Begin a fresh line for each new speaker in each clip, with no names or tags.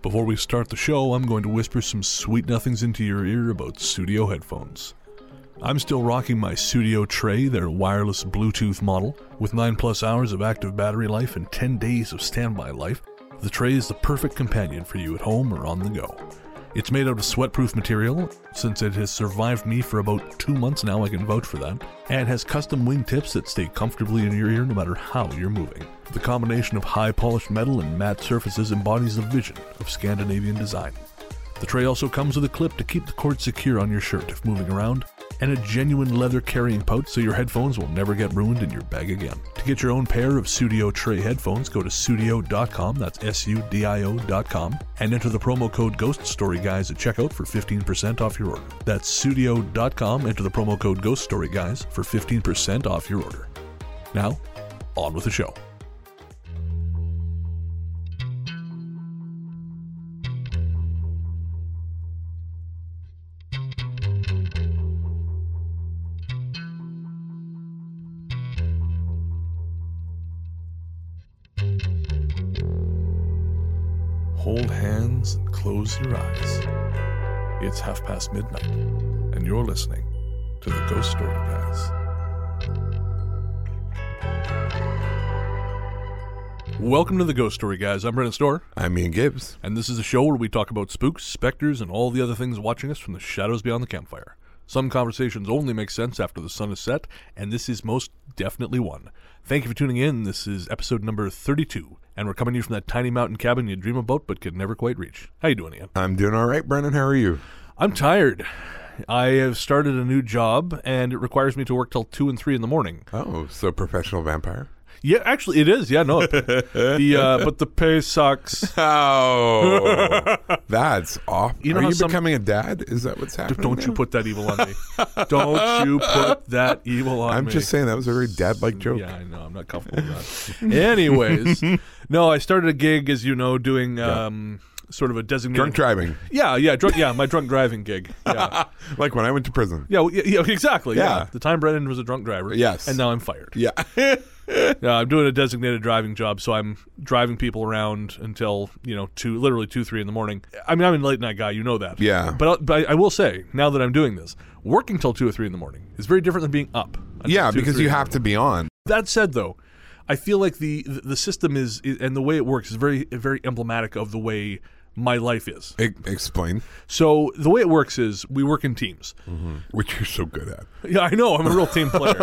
Before we start the show, I'm going to whisper some sweet nothings into your ear about studio headphones. I'm still rocking my Studio Tray, their wireless Bluetooth model. With 9 plus hours of active battery life and 10 days of standby life, the Tray is the perfect companion for you at home or on the go. It's made out of sweatproof material, since it has survived me for about two months now, I can vouch for that, and has custom wingtips that stay comfortably in your ear no matter how you're moving. The combination of high polished metal and matte surfaces embodies the vision of Scandinavian design. The tray also comes with a clip to keep the cord secure on your shirt if moving around, and a genuine leather carrying pouch so your headphones will never get ruined in your bag again. To get your own pair of Studio Tray headphones, go to studio.com, that's S U D I O.com, and enter the promo code Ghost Story Guys at checkout for 15% off your order. That's studio.com, enter the promo code Ghost Story Guys for 15% off your order. Now, on with the show. Hold hands and close your eyes. It's half past midnight, and you're listening to the Ghost Story Guys. Welcome to the Ghost Story Guys. I'm Brennan Storr,
I'm Ian Gibbs.
and this is a show where we talk about spooks, specters, and all the other things watching us from the shadows beyond the campfire. Some conversations only make sense after the sun is set, and this is most definitely one. Thank you for tuning in. This is episode number 32, and we're coming to you from that tiny mountain cabin you dream about but could never quite reach. How you doing, Ian?
I'm doing all right, Brennan. How are you?
I'm tired. I have started a new job, and it requires me to work till two and three in the morning.
Oh, so professional vampire.
Yeah, actually, it is. Yeah, no, the uh, but the pay sucks.
Oh, that's awful.
You know
are
how
you
some-
becoming a dad? Is that what's happening?
Don't you
now?
put that evil on me. Don't you put that evil on
I'm
me.
just saying that was a very dad-like joke.
Yeah, I know. I'm not comfortable with that. Anyways, no, I started a gig, as you know, doing um, sort of a designated
Drunk driving,
Yeah, yeah, drunk. Yeah, my drunk driving gig. Yeah,
like when I went to prison.
yeah, well, yeah, yeah, exactly. Yeah.
Yeah.
the time Brennan was a drunk driver.
Yes.
and now I'm fired.
Yeah,
Yeah, Uh, I'm doing a designated driving job, so I'm driving people around until you know two, literally two, three in the morning. I mean, I'm a late night guy, you know that.
Yeah.
But I- but I will say now that I'm doing this, working till two or three in the morning is very different than being up. until
yeah,
two,
because
three
you
in the
have to be on.
That said, though, I feel like the the system is and the way it works is very very emblematic of the way my life is.
E- explain,
So the way it works is we work in teams.
which you're so good at.
Yeah, I know. I'm a real team player.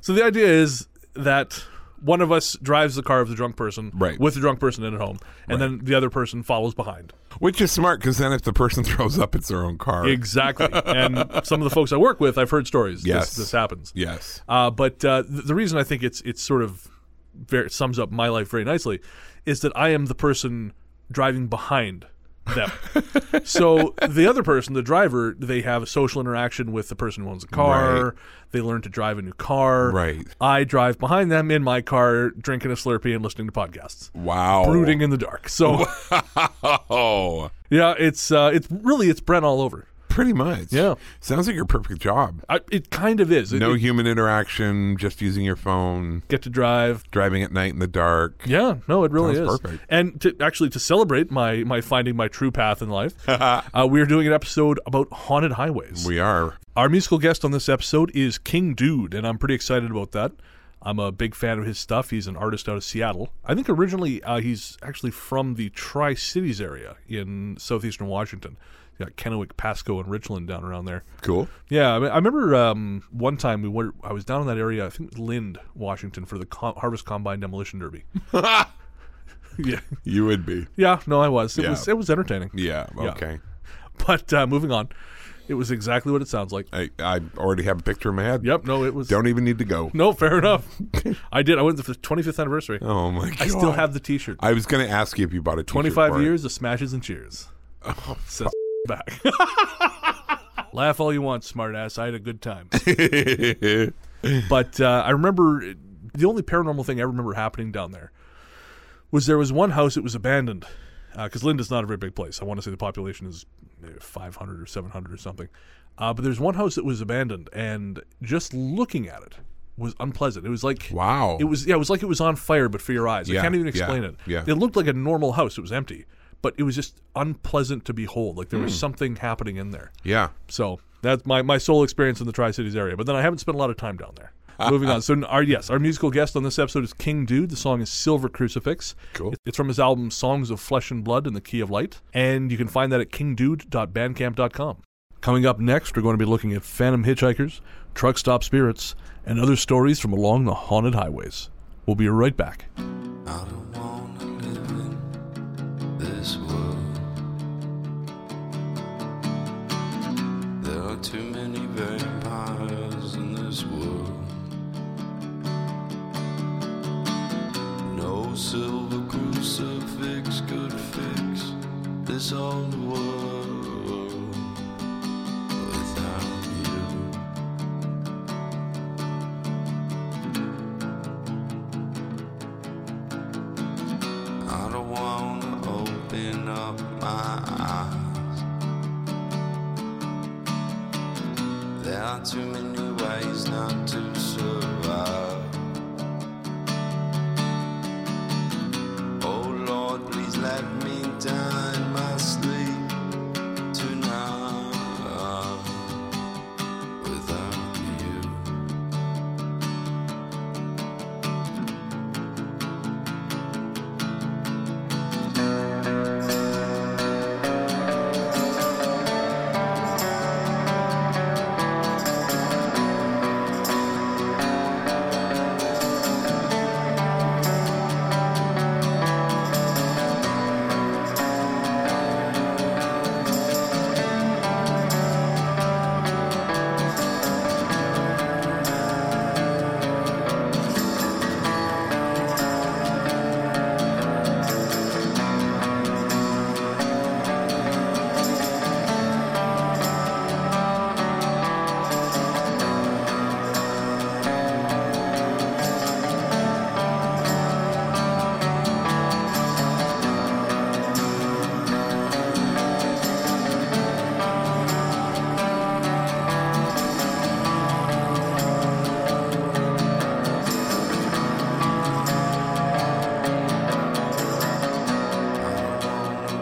so the idea is that one of us drives the car of the drunk person
Right.
with the drunk person in at home, and then the other person follows behind.
Which is smart because then if the person throws up, it's their own car.
Exactly. and some of the folks I work with, I've heard stories.
Yes.
This, this happens.
yes.
Uh, but uh, th- the reason I think it's it's sort of very, sums up my life very nicely is that I am the person driving behind them. so the other person, the driver, they have a social interaction with the person who owns the car.
Right.
They learn to drive a new car.
Right.
I drive behind them in my car, drinking a Slurpee and listening to podcasts,
Wow.
brooding in the dark. So
Oh,
yeah, it's uh, it's really it's Brent all over.
pretty much.
Yeah.
Sounds like your perfect job.
I, it kind of is. It-
No
it-
human interaction, just using your phone,
get to drive,
driving at night in the dark.
Yeah, no, it really
Sounds
is.
perfect.
And to actually to celebrate my my finding my true path in life, uh, we're doing an episode about haunted highways.
Uh-huh. We are.
Our musical guest on this episode is King Dude, and I'm pretty excited about that. I'm a big fan of his stuff. He's an artist out of Seattle. I think originally uh, he's actually from the Tri Cities area in southeastern Washington. You got Kennewick, Pasco, and Richland down around there.
Cool.
Yeah, I, mean, I remember um, one time we were I was down in that area. I think it was Lind, Washington, for the com- Harvest Combine Demolition Derby. yeah,
You would be.
yeah. No, I was. It
Yeah.
was it was entertaining.
Yeah.
Yeah.
Okay.
But uh, moving on, It was exactly what it sounds like.
I, I already have a picture in my head.
Yep, no, it was.
Don't even need to go.
No, fair enough. I did. I went to the 25th anniversary.
Oh my god.
I still have the T-shirt.
I was going to ask you if you bought a t-shirt
25
for it.
years of smashes and cheers.
Oh,
Says back. Laugh all you want, smartass. I had a good time. but uh, I remember the only paranormal thing I remember happening down there was there was one house that was abandoned because Linda's not a very big place. I want to say the population is maybe 500 or 700 or something. Uh, but there's one house that was abandoned, and just looking at it was unpleasant. It was like
Wow.
It was yeah, it was like it was on fire, but for your eyes. I
Yeah,
can't even
yeah,
explain it.
yeah.
It looked like a normal house. It was empty, but it was just unpleasant to behold. Like there
Hmm.
was something happening in there.
yeah.
So that's my, my sole experience in the Tri Cities area. But then I haven't spent a lot of time down there. Moving on. So our yes, our musical guest on this episode is King Dude. The song is Silver Crucifix.
Cool.
It's from his album Songs of Flesh and Blood in the Key of Light, and you can find that at kingdude.bandcamp.com. Coming up next, we're going to be looking at phantom hitchhikers, truck stop spirits, and other stories from along the haunted highways. We'll be right back.
I don't wanna live in this world. There are too many vampires in this world. No silver crucifix could fix this old world without you. I don't wanna open up my eyes. There are too many ways not to survive. Oh Lord, please let me die in my sleep tonight without you.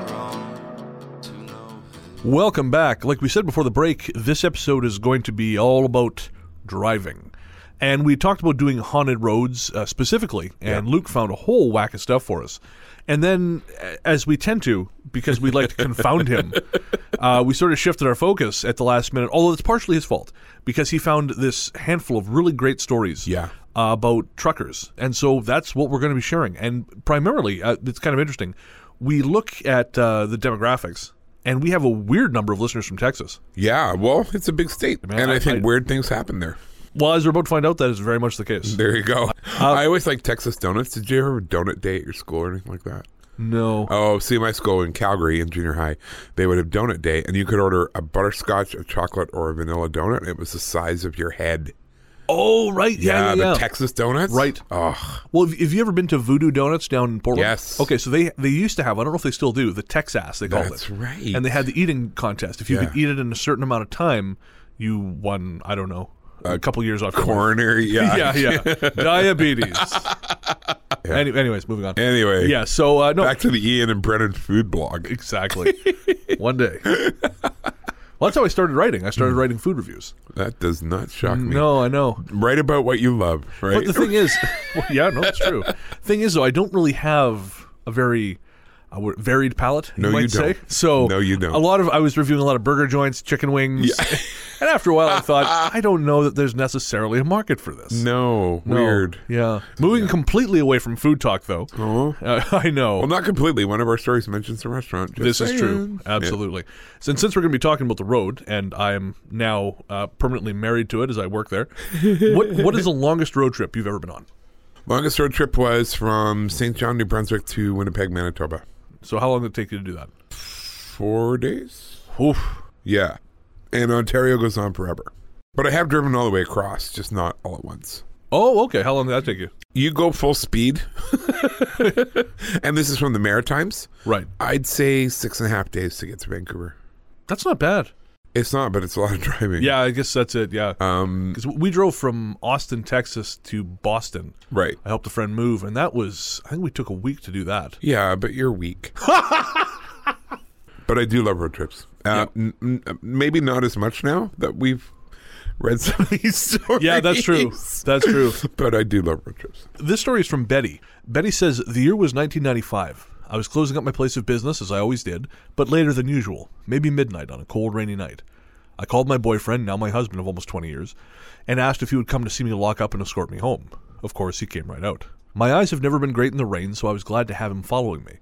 to know
Welcome back. Like we said before the break, this episode is going to be all about driving. And we talked about doing haunted roads uh, specifically, and Luke found a whole whack of stuff for us. And then, a- as we tend to, because we like to confound him, uh, we sort of shifted our focus at the last minute, although it's partially his fault, because he found this handful of really great stories
Yeah.
uh, about truckers. And so that's what we're going to be sharing. And primarily, uh, it's kind of interesting. We look at uh, the demographics, and we have a weird number of listeners from Texas.
Yeah, well, it's a big state,
Man,
and I,
I-
think
I-
weird things happen there.
Well, as we're about to find out, that is very much the case.
There you go.
Uh,
I always like Texas donuts. Did you ever have a donut day at your school or anything like that?
No.
Oh, see, my school in Calgary in junior high, they would have donut day, and you could order a butterscotch, a chocolate, or a vanilla donut. and It was the size of your head.
Oh, right. Yeah, yeah,
the
yeah.
Texas donuts.
Right.
Oh,
well, have have you ever been to Voodoo Donuts down in Portland?
Yes.
Okay, so they they used to have, I don't know if they still do, the Texas, they called
That's
it.
right.
And they had the eating contest. If you could eat
Yeah.
it in a certain amount of time, you won, I don't know,
Uh,
a couple years off your life.
coroner. Yeah.
yeah, yeah. Diabetes. Any, anyways, moving on.
Anyway,
yeah, so uh, no,
Back to the Ian and Brennan food blog.
exactly. One day. Well, that's how I started writing. I started writing food reviews.
That does not shock Mm. me.
No, I know.
Write about what you love, right?
But the thing is, well, yeah, no, it's true. Thing is, though, I don't really have a very. I would varied palate.
No,
you
you
might
don't.
say. So
No, you don't.
A lot of I was reviewing a lot of burger joints, chicken wings, and after a while I thought I don't know that there's necessarily a market for this.
No,
No.
weird.
Yeah. Moving completely away from food talk though. Uh, I know.
Well, not completely. One of our stories mentions a restaurant. Just
this is true.
saying.
Absolutely. Since since we're going to be talking about the road, and I'm now uh, permanently married to it as I work there, what what is the longest road trip you've ever been on?
Longest road trip was from St. John, New Brunswick to Winnipeg, Manitoba.
So how long did it take you to do that?
Four days?
Oof.
Yeah. And Ontario goes on forever. But I have driven all the way across, just not all at once.
Oh, okay. How long did that take you?
You go full speed, and this is from the Maritimes.
Right.
I'd say six and a half days to get to Vancouver.
That's not bad.
It's not, but it's a lot of driving.
Yeah, I guess that's it. Yeah.
Um,
Because we drove from Austin, Texas to Boston.
right.
I helped a friend move, and that was, I think we took a week to do that.
Yeah, but you're weak. but I do love road trips. Uh, n- n- maybe not as much now that we've read some of these stories.
Yeah, that's true. That's true.
But I do love road trips.
This story is from Betty. Betty says the year was 1995. I was closing up my place of business, as I always did, but later than usual, maybe midnight on a cold, rainy night. I called my boyfriend, now my husband of almost 20 years, and asked if he would come to see me lock up and escort me home. Of course, he came right out. My eyes have never been great in the rain, so I was glad to have him following me.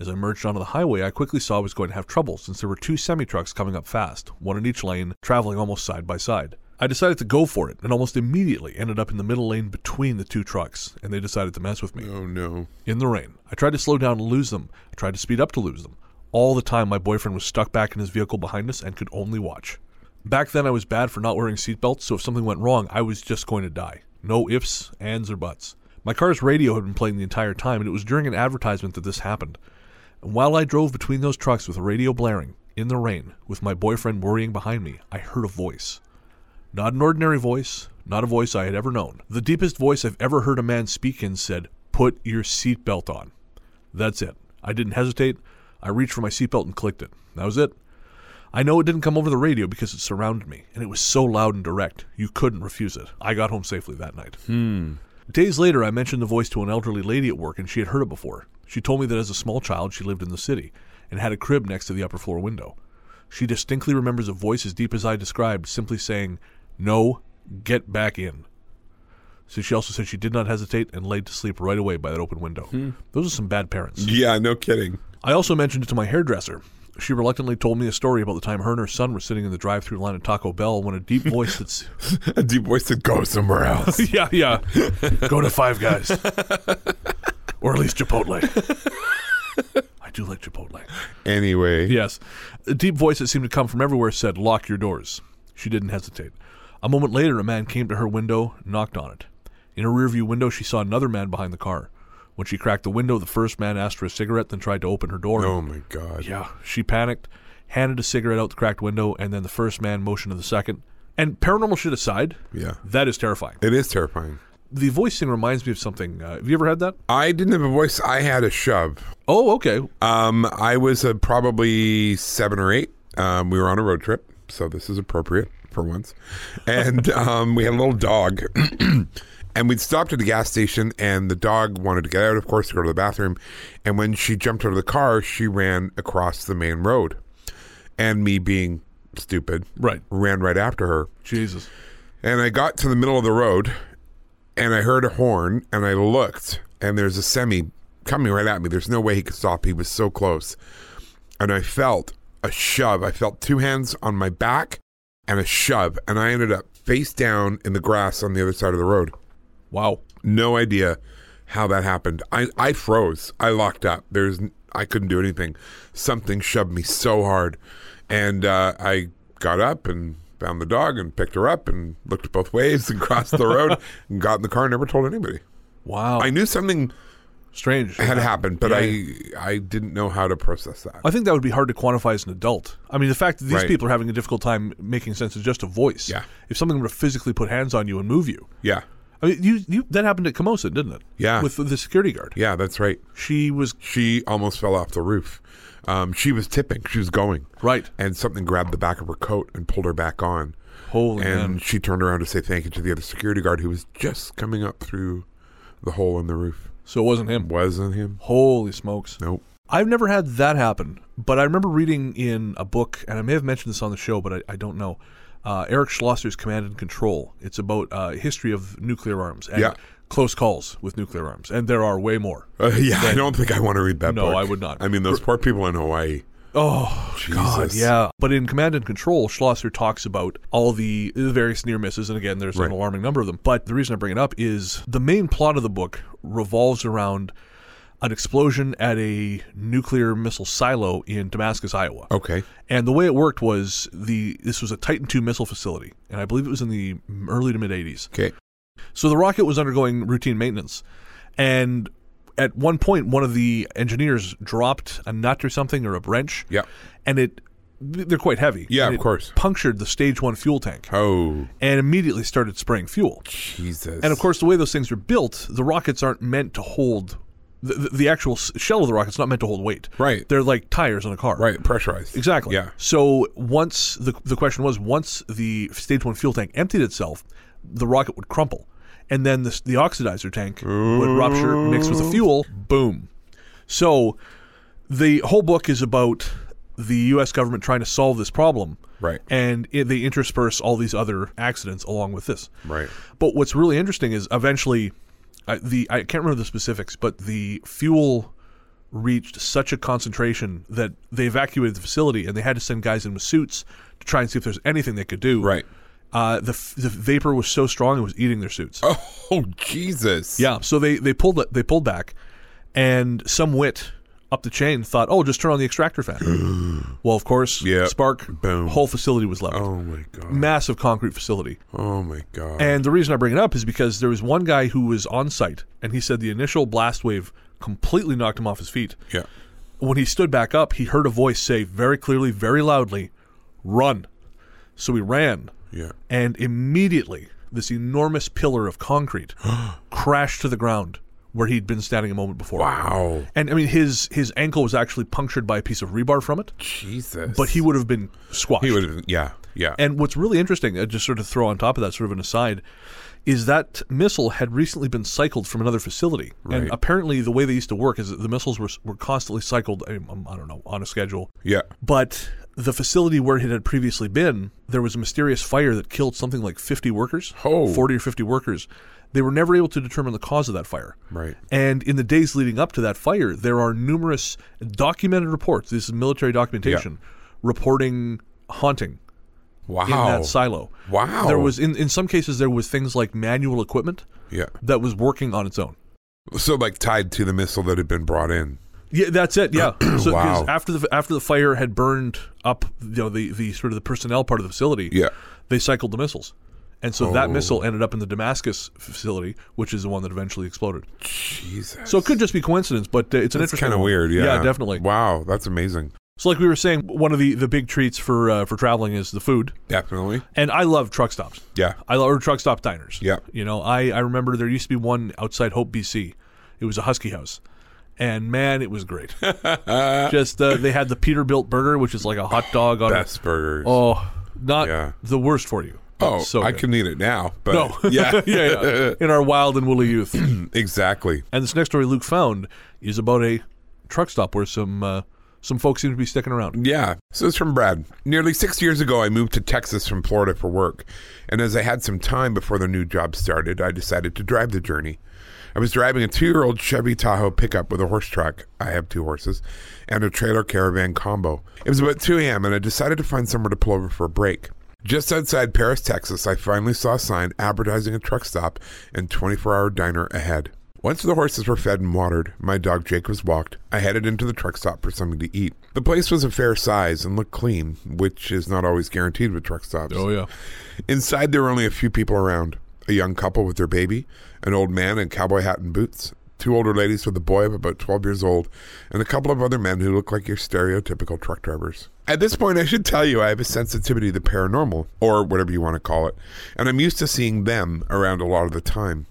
As I merged onto the highway, I quickly saw I was going to have trouble since there were two semi trucks coming up fast, one in each lane, traveling almost side by side. I decided to go for it and almost immediately ended up in the middle lane between the two trucks, and they decided to mess with me.
Oh no.
In the rain, I tried to slow down to lose them, I tried to speed up to lose them. All the time, my boyfriend was stuck back in his vehicle behind us and could only watch. Back then, I was bad for not wearing seatbelts, so if something went wrong, I was just going to die. No ifs, ands, or buts. My car's radio had been playing the entire time, and it was during an advertisement that this happened. And while I drove between those trucks with the radio blaring, in the rain, with my boyfriend worrying behind me, I heard a voice. Not an ordinary voice, not a voice I had ever known. The deepest voice I've ever heard a man speak in said, Put your seatbelt on. That's it. I didn't hesitate. I reached for my seatbelt and clicked it. That was it. I know it didn't come over the radio because it surrounded me, and it was so loud and direct, you couldn't refuse it. I got home safely that night. Days later, I mentioned the voice to an elderly lady at work, and she had heard it before. She told me that as a small child, she lived in the city and had a crib next to the upper floor window. She distinctly remembers a voice as deep as I described, simply saying, No, get back in. So she also said she did not hesitate and laid to sleep right away by that open window. Those are some bad parents.
Yeah, no kidding.
I also mentioned it to my hairdresser. She reluctantly told me a story about the time her and her son were sitting in the drive-through line at Taco Bell when a deep voice that's
A deep voice said, "Go somewhere else."
yeah, yeah. Go to Five Guys. or at least Chipotle. I do like Chipotle.
anyway.
Yes. A deep voice that seemed to come from everywhere said, Lock your doors. She didn't hesitate. A moment later, a man came to her window, knocked on it. In her rearview window, she saw another man behind the car. When she cracked the window, the first man asked for a cigarette, then tried to open her door.
Oh my god.
Yeah, she panicked, handed a cigarette out the cracked window, and then the first man motioned to the second. And paranormal shit aside,
Yeah.
that is terrifying.
It is terrifying.
The voice thing reminds me of something. Uh, have you ever had that?
I didn't have a voice. I had a shove.
Oh, okay.
Um, I was uh, probably seven or eight. Um, we were on a road trip, so this is appropriate for once. And um, we had a little dog, and we'd stopped at a gas station, and the dog wanted to get out, of course, to go to the bathroom. And when she jumped out of the car, she ran across the main road, and me being stupid,
Right.
ran right after her.
Jesus.
And I got to the middle of the road and I heard a horn and I looked and there's a semi coming right at me. There's no way he could stop. He was so close. And I felt a shove. I felt two hands on my back and a shove. And I ended up face down in the grass on the other side of the road.
Wow.
No idea how that happened. I, I froze. I locked up. There's n- I couldn't do anything. Something shoved me so hard, and uh, I got up and found the dog and picked her up and looked both ways and crossed the road and got in the car. and Never told anybody.
Wow.
I knew something
Strange.
had happened, but
Yeah.
I I didn't know how to process that.
I think that would be hard to quantify as an adult. I mean, the fact that these
Right.
people are having a difficult time making sense of just a voice.
Yeah.
If something were to physically put hands on you and move you.
Yeah,
I mean, you, you that happened at Camosun, didn't it?
Yeah.
With the, the security guard.
yeah, that's right.
She was
She almost fell off the roof. Um, she was tipping. She was going
right.
and something grabbed the back of her coat and pulled her back on.
Holy
and
man.
she turned around to say thank you to the other security guard who was just coming up through the hole in the roof.
So it wasn't him.
Wasn't him.
Holy smokes.
Nope.
I've never had that happen, but I remember reading in a book, and I may have mentioned this on the show, but I, I don't know. Uh, Eric Schlosser's Command and Control. It's about uh, history of nuclear arms and
Yeah.
close calls with nuclear arms, and there are way more.
Uh, yeah, I don't think I want to read that
No,
book.
I would not.
I mean, those poor people in Hawaii.
Oh God,
Jesus.
yeah. But in Command and Control, Schlosser talks about all the the various near misses, and again, there's
Right.
an alarming number of them. But the reason I bring it up is the main plot of the book revolves around an explosion at a nuclear missile silo in Damascus, Iowa.
Okay.
And the way it worked was the this was a Titan II missile facility, and I believe it was in the early to mid 80s.
Okay.
So the rocket was undergoing routine maintenance, and at one point, one of the engineers dropped a nut or something or a wrench.
Yeah.
and it they're quite heavy.
Yeah,
and
of
it
course.
Punctured the stage one fuel tank
Oh,
and immediately started spraying fuel.
Jesus.
And of course, the way those things are built, the rockets aren't meant to hold. The, the- the actual s- shell of the rocket's not meant to hold weight.
Right.
They're like tires on a car.
Right, pressurized.
Exactly.
Yeah.
So once the the question was once the stage one fuel tank emptied itself, the rocket would crumple, and then the, the oxidizer tank would rupture, mix with the fuel, boom. So the whole book is about the U.S. government trying to solve this problem,
Right.
And it, they intersperse all these other accidents along with this,
Right.
But what's really interesting is eventually, I, the I can't remember the specifics, but the fuel reached such a concentration that they evacuated the facility and they had to send guys in with suits to try and see if there's anything they could do.
Right.
Uh, the, f- the vapor was so strong it was eating their suits.
Oh, Jesus.
Yeah. So they they pulled it- they pulled back, and some wit up the chain thought, oh, just turn on the extractor fan. well, of course,
Yeah.
spark,
Boom.
whole facility was leveled.
Oh my God.
Massive concrete facility.
Oh my God.
Mm. And the reason I bring it up is because there was one guy who was on site and he said the initial blast wave completely knocked him off his feet.
yeah.
When he stood back up, he heard a voice say very clearly, very loudly, run. So he ran.
Yeah.
And immediately, this enormous pillar of concrete crashed to the ground where he'd been standing a moment before.
Wow.
And I mean, his, his ankle was actually punctured by a piece of rebar from it,
Jesus.
but he would have been squashed.
He would have. Yeah. Yeah.
And what's really interesting, uh, just sort of throw on top of that, sort of an aside, is that missile had recently been cycled from another facility.
Right.
And apparently, the way they used to work is that the missiles were, were constantly cycled, I, um, I don't know, on a schedule.
yeah.
But the facility where it had previously been, there was a mysterious fire that killed something like 50 workers,
Oh.
40 or 50 workers. They were never able to determine the cause of that fire.
Right.
And in the days leading up to that fire, there are numerous documented reports. This is military documentation reporting haunting in
Wow.
that silo.
Wow.
There was in, in some cases there was things like manual equipment
Yeah.
that was working on its own.
So like tied to the missile that had been brought in.
Yeah, that's it. Yeah. So 'cause
Wow.
after the after the fire had burned up, you know, the, the sort of the personnel part of the facility.
Yeah.
They cycled the missiles, and so that
Oh.
missile ended up in the Damascus facility, which is the one that eventually exploded.
Jesus.
So it could just be coincidence, but uh, it's an
That's
interesting
kind of
one.
weird. Yeah.
Yeah, definitely.
Wow. That's amazing.
So like we were saying, one of the the big treats for uh, for traveling is the food.
Definitely.
And I love truck stops.
Yeah.
I love or truck stop diners.
Yeah.
You know, I, I remember there used to be one outside Hope, BC. It was a Husky House. And man, it was great. Just uh, they had the Peterbilt burger, which is like a hot dog on
Best burgers. Oh,
Uh, Oh, not
Yeah. Oh,
the worst for you. so
I
good.
can eat it now. But
No.
Yeah.
yeah, yeah. In our wild and woolly youth. and
Exactly.
this next story Luke found is about a truck stop where some uh, some folks seem to be sticking around.
Yeah. So it's from Brad. Nearly six years ago, I moved to Texas from Florida for work. And as I had some time before the new job started, I decided to drive the journey. I was driving a two year old Chevy Tahoe pickup with a horse truck. I have two horses and a trailer caravan combo. It was about 2 a.m., and I decided to find somewhere to pull over for a break. Just outside Paris, Texas, I finally saw a sign advertising a truck stop and 24 hour diner ahead. Once the horses were fed and watered, my dog Jake was walked. I headed into the truck stop for something to eat. The place was a fair size and looked clean, which is not always guaranteed with truck stops.
Oh yeah.
Inside, there were only a few people around a young couple with their baby, an old man in cowboy hat and boots, two older ladies with a boy of about 12 years old, and a couple of other men who look like your stereotypical truck drivers. At this point, I should tell you I have a sensitivity to the paranormal, or whatever you want to call it, and I'm used to seeing them around a lot of the time.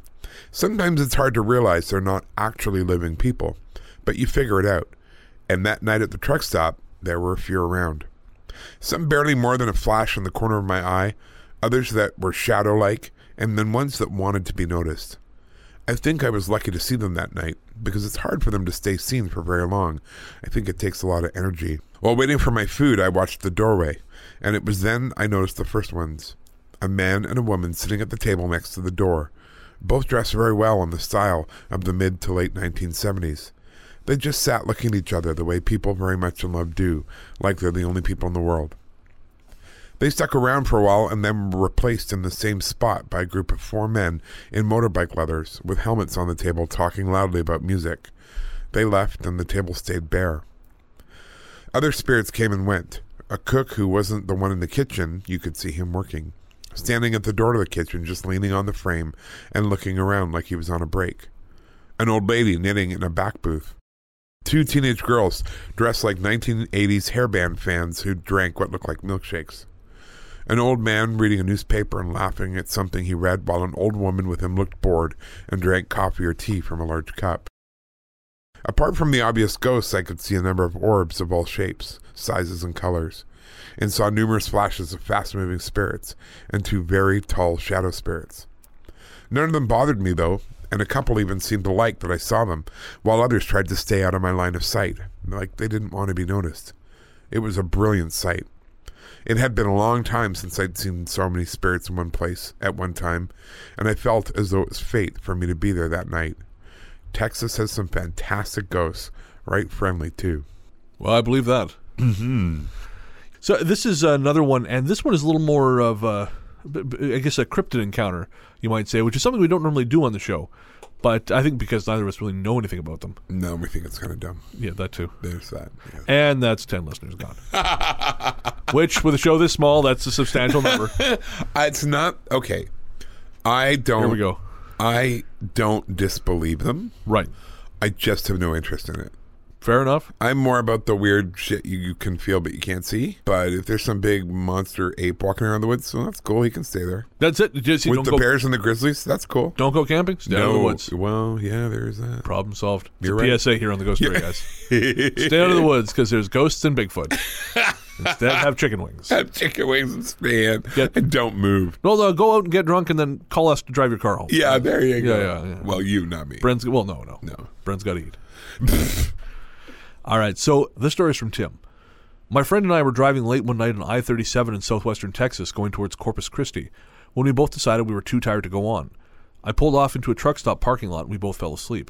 Sometimes it's hard to realize they're not actually living people, but you figure it out. And that night at the truck stop, there were a few around. Some barely more than a flash in the corner of my eye, others that were shadow like, and then ones that wanted to be noticed. I think I was lucky to see them that night because it's hard for them to stay seen for very long. I think it takes a lot of energy. While waiting for my food, I watched the doorway, and it was then I noticed the first ones a man and a woman sitting at the table next to the door, both dressed very well in the style of the mid to late 1970s. They just sat looking at each other the way people very much in love do, like they're the only people in the world. They stuck around for a while and then were replaced in the same spot by a group of four men in motorbike leathers with helmets on the table talking loudly about music. They left and the table stayed bare. Other spirits came and went. A cook who wasn't the one in the kitchen, you could see him working, standing at the door to the kitchen, just leaning on the frame and looking around like he was on a break. An old lady knitting in a back booth. Two teenage girls dressed like 1980s hairband fans who drank what looked like milkshakes. An old man reading a newspaper and laughing at something he read, while an old woman with him looked bored and drank coffee or tea from a large cup. Apart from the obvious ghosts, I could see a number of orbs of all shapes, sizes, and colors, and saw numerous flashes of fast moving spirits and two very tall shadow spirits. None of them bothered me, though, and a couple even seemed to like that I saw them, while others tried to stay out of my line of sight, like they didn't want to be noticed. It was a brilliant sight. It had been a long time since I'd seen so many spirits in one place at one time, and I felt as though it was fate for me to be there that night. Texas has some fantastic ghosts, right friendly too.
Well, I believe that. Mm-hmm. So this is another one, and this one is a little more of, a, b- b- I guess, a cryptid encounter, you might say, which is something we don't normally do on the show. But I think because neither of us really know anything about them.
No, we think it's kind of dumb.
Yeah, that too.
There's that. yeah.
And that's 10 listeners gone. Which, with a show this small, that's a substantial number.
It's not okay. I don't.
Here we go.
I don't disbelieve them.
Right.
I just have no interest in it.
Fair enough.
I'm more about the weird shit you, you can feel but you can't see. But if there's some big monster ape walking around the woods, well, that's cool. He can stay there
That's it. Jesse,
with
don't,
the
go,
bears and the grizzlies. That's cool.
don't go camping. Stay out of the woods.
Well, yeah, there's that.
Problem solved. It's
You're
a
right.
PSA here on the Ghost Story, guys. Stay out of the woods because there's ghosts and Bigfoot. Instead, have chicken wings.
Have chicken wings and stand
Get-
and don't move.
Well, no, go out and get drunk and then call us to drive your car home.
Yeah, there you go.
yeah, yeah.
Well, you, not me.
Brent's well, no, no,
No.
Brent's got to eat. All right, so this story's from Tim. My friend and I were driving late one night on I 37 in southwestern Texas going towards Corpus Christi when we both decided we were too tired to go on. I pulled off into a truck stop parking lot and we both fell asleep.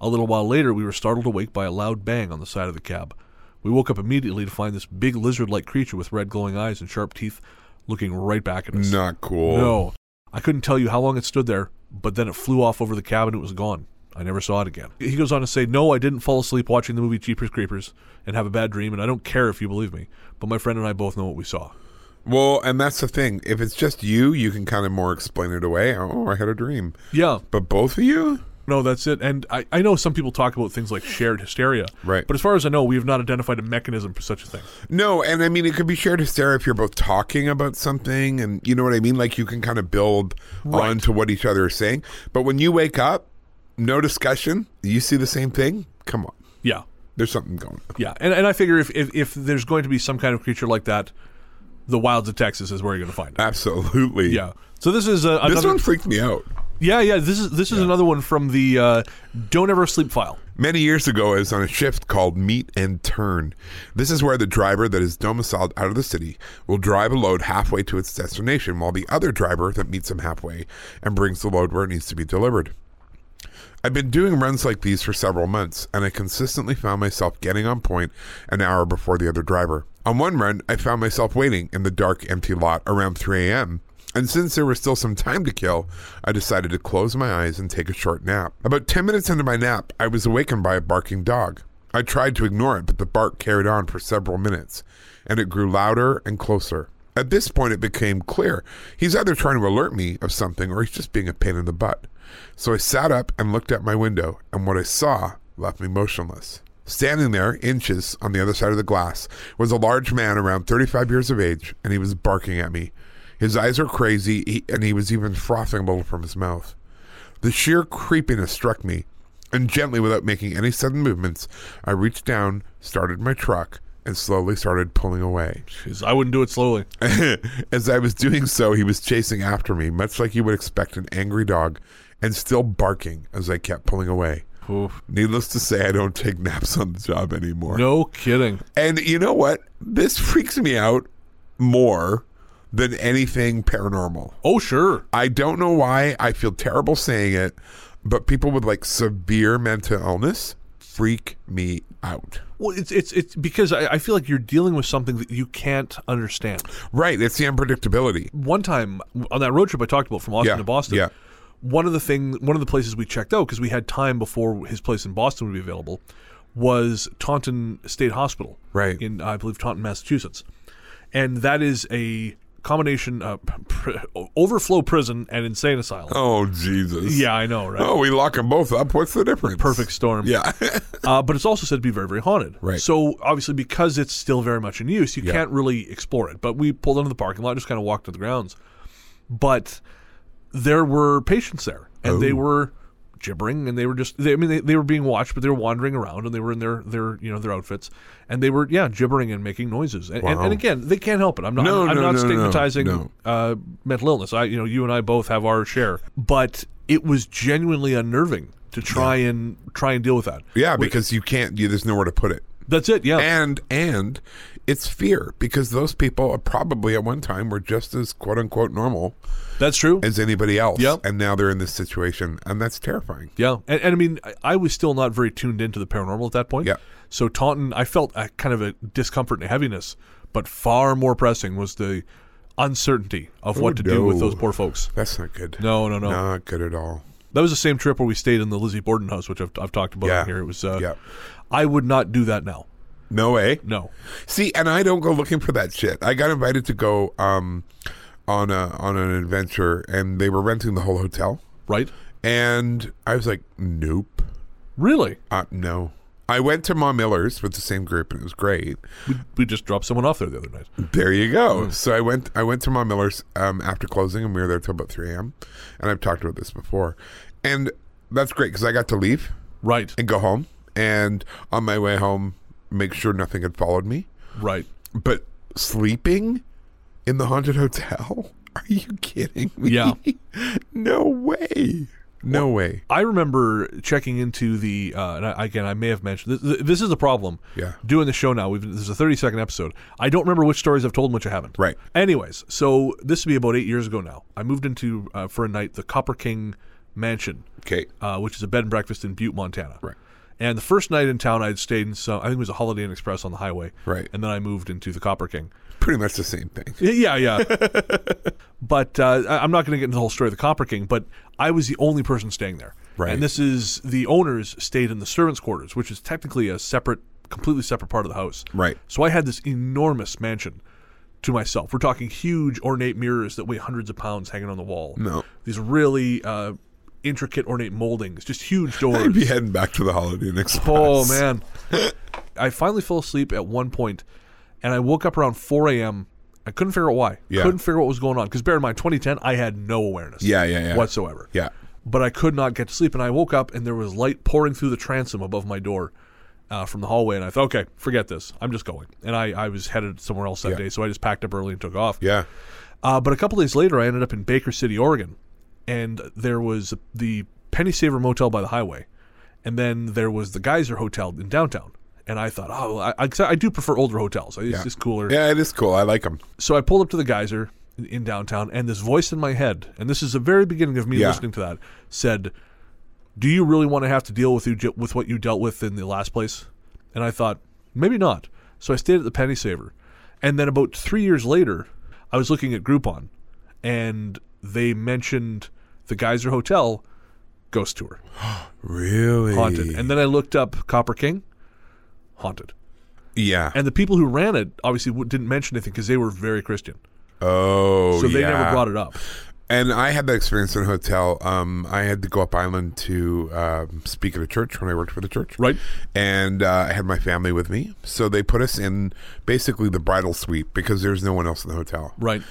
A little while later, we were startled awake by a loud bang on the side of the cab. We woke up immediately to find this big lizard like creature with red glowing eyes and sharp teeth looking right back at us.
Not cool.
No. I couldn't tell you how long it stood there, but then it flew off over the cab and it was gone. I never saw it again. He goes on to say, No, I didn't fall asleep watching the movie Jeepers Creepers and have a bad dream, and I don't care if you believe me, but my friend and I both know what we saw.
Well, and that's the thing. If it's just you, you can kind of more explain it away. Oh, I had a dream.
Yeah,
But both of you?
no, that's it. And I, I know some people talk about things like shared hysteria.
Right.
But as far as I know, we have not identified a mechanism for such a thing.
No, and I mean it could be shared hysteria if you're both talking about something, and you know what I mean. Like you can kind of build on to what each other is saying. But when you wake up, no discussion. You see the same thing. Come on,
Yeah.
there's something going. on.
Yeah. And, and I figure if, if, if there's going to be some kind of creature like that, the wilds of Texas is where you're going to find it.
Absolutely.
Yeah. So this is uh, another.
This one freaked me out.
Yeah, yeah. This is this is another one from the uh, "Don't Ever Sleep" file.
Many years ago, I was on a shift called Meet and Turn. This is where the driver that is domiciled out of the city will drive a load halfway to its destination, while the other driver that meets him halfway and brings the load where it needs to be delivered. I've been doing runs like these for several months, and I consistently found myself getting on point an hour before the other driver. On one run, I found myself waiting in the dark, empty lot around 3 a.m., and since there was still some time to kill, I decided to close my eyes and take a short nap. About 10 minutes into my nap, I was awakened by a barking dog. I tried to ignore it, but the bark carried on for several minutes, and it grew louder and closer. At this point, it became clear he's either trying to alert me of something or he's just being a pain in the butt. So I sat up and looked at my window, and what I saw left me motionless. Standing there, inches on the other side of the glass, was a large man around 35 years of age, and he was barking at me. His eyes were crazy, he- and he was even frothing a little from his mouth. The sheer creepiness struck me, and gently, without making any sudden movements, I reached down, started my truck, and slowly started pulling away.
Jeez, I wouldn't do it slowly.
As I was doing so, he was chasing after me, much like you would expect an angry dog, and still barking as I kept pulling away.
Oof.
Needless to say, I don't take naps on the job anymore.
No kidding.
And you know what? This freaks me out more than anything paranormal.
Oh, sure.
I don't know why I feel terrible saying it, but people with like severe mental illness freak me out.
Well, it's it's it's because I, I feel like you're dealing with something that you can't understand.
Right, it's the unpredictability.
One time on that road trip I talked about from Austin
Yeah,
to Boston.
yeah.
One of the thing, one of the places we checked out because we had time before his place in Boston would be available was Taunton State Hospital,
Right.
In I believe Taunton, Massachusetts, and that is a combination of pr- overflow prison and insane asylum.
Oh Jesus.
Yeah, I know, right?
Oh, we lock them both up. What's the difference?
Perfect storm.
Yeah.
uh, but it's also said to be very, very haunted.
Right.
So obviously, because it's still very much in use, you
Yeah.
can't really explore it. But we pulled into the parking lot, just kind of walked to the grounds. But there were patients there, and
Oh.
they were gibbering, and they were just. They, I mean, they, they were being watched, but they were wandering around, and they were in their their you know their outfits, and they were yeah gibbering and making noises. And, and,
Wow.
and again, they can't help it. I'm not.
No,
I'm, I'm
no,
not
no, no,
stigmatizing
no.
Uh, mental illness. I you know you and I both have our share, but it was genuinely unnerving to try and try and deal with that.
yeah, because you can't. You, there's nowhere to put it.
That's it. Yeah.
And and it's fear because those people are probably at one time were just as quote unquote normal
that's true.
as anybody else.
Yep.
And now they're in this situation, and that's terrifying.
yeah. And, and I mean, I, I was still not very tuned into the paranormal at that point.
Yeah.
So Taunton, I felt a kind of a discomfort and heaviness, but far more pressing was the uncertainty of what to do with
Oh, no.
those poor folks.
That's not good.
No, no, no.
Not good at all.
That was the same trip where we stayed in the Lizzie Borden house, which I've, I've talked about
Yeah.
on here. It was, uh,
Yeah.
I would not do that now.
No way.
No.
See, and I don't go looking for that shit. I got invited to go um, on a on an adventure, and they were renting the whole hotel,
Right?
and I was like, nope,
Really?
uh, no. I went to Ma Miller's with the same group, and it was great.
We, we just dropped someone off there the other night.
There you go. So I went. I went to Ma Miller's um, after closing, and we were there till about three a.m. And I've talked about this before, and that's great because I got to leave
Right.
and go home, and on my way home, make sure nothing had followed me.
Right.
But sleeping in the haunted hotel? Are you kidding me?
Yeah.
no way. No way.
I remember checking into the, uh, and I, again, I may have mentioned this. This is the problem.
Yeah.
Doing the show now, we've, this is a 30 second episode. I don't remember which stories I've told and which I haven't.
Right.
Anyways, so this would be about eight years ago now. I moved into, uh, for a night, the Copper King Mansion,
Okay.
uh, which is a bed and breakfast in Butte, Montana.
Right.
And the first night in town, I had stayed in some, I think it was a Holiday Inn Express on the highway.
Right.
And then I moved into the Copper King.
Pretty much the same thing.
Yeah, yeah. but uh, I- I'm not going to get into the whole story of the Copper King, but I was the only person staying there.
Right.
And this is the owners stayed in the servants' quarters, which is technically a separate, completely separate part of the house.
Right.
So I had this enormous mansion to myself. We're talking huge, ornate mirrors that weigh hundreds of pounds hanging on the wall.
No.
These really uh, intricate, ornate moldings, just huge doors.
I'd be heading back to the Holiday Inn Express.
Oh man, I finally fell asleep at one point, and I woke up around 4 a.m. I couldn't figure out why.
Yeah.
Couldn't figure out what was going on. Because bear in mind, 2010, I had no awareness.
Yeah, yeah, yeah.
Whatsoever.
Yeah.
But I could not get to sleep, and I woke up, and there was light pouring through the transom above my door. Uh, from the hallway, and I thought, okay, forget this. I'm just going. And I, I was headed somewhere else that
Yeah.
day, so I just packed up early and took off.
Yeah.
Uh, but a couple days later, I ended up in Baker City, Oregon, and there was the Penny Saver Motel by the highway, and then there was the Geyser Hotel in downtown. And I thought, oh, well, I, I, 'cause I do prefer older hotels. It's
Yeah.
just cooler.
Yeah, it is cool. I like them.
So I pulled up to the Geyser in, in downtown, and this voice in my head, and this is the very beginning of me
Yeah.
listening to that, said, "Do you really want to have to deal with you ju- with what you dealt with in the last place?" And I thought, maybe not. So I stayed at the Penny Saver, and then about three years later, I was looking at Groupon, and they mentioned the Geyser Hotel ghost tour
Really?
haunted, and then I looked up Copper King haunted,
yeah.
and the people who ran it obviously w- didn't mention anything because they were very Christian,
oh,
so they
yeah.
never brought it up.
And I had that experience in a hotel. Um, I had to go up island to um speak at a church when I worked for the church.
Right.
And uh, I had my family with me. So they put us in basically the bridal suite because there's no one else in the hotel.
Right.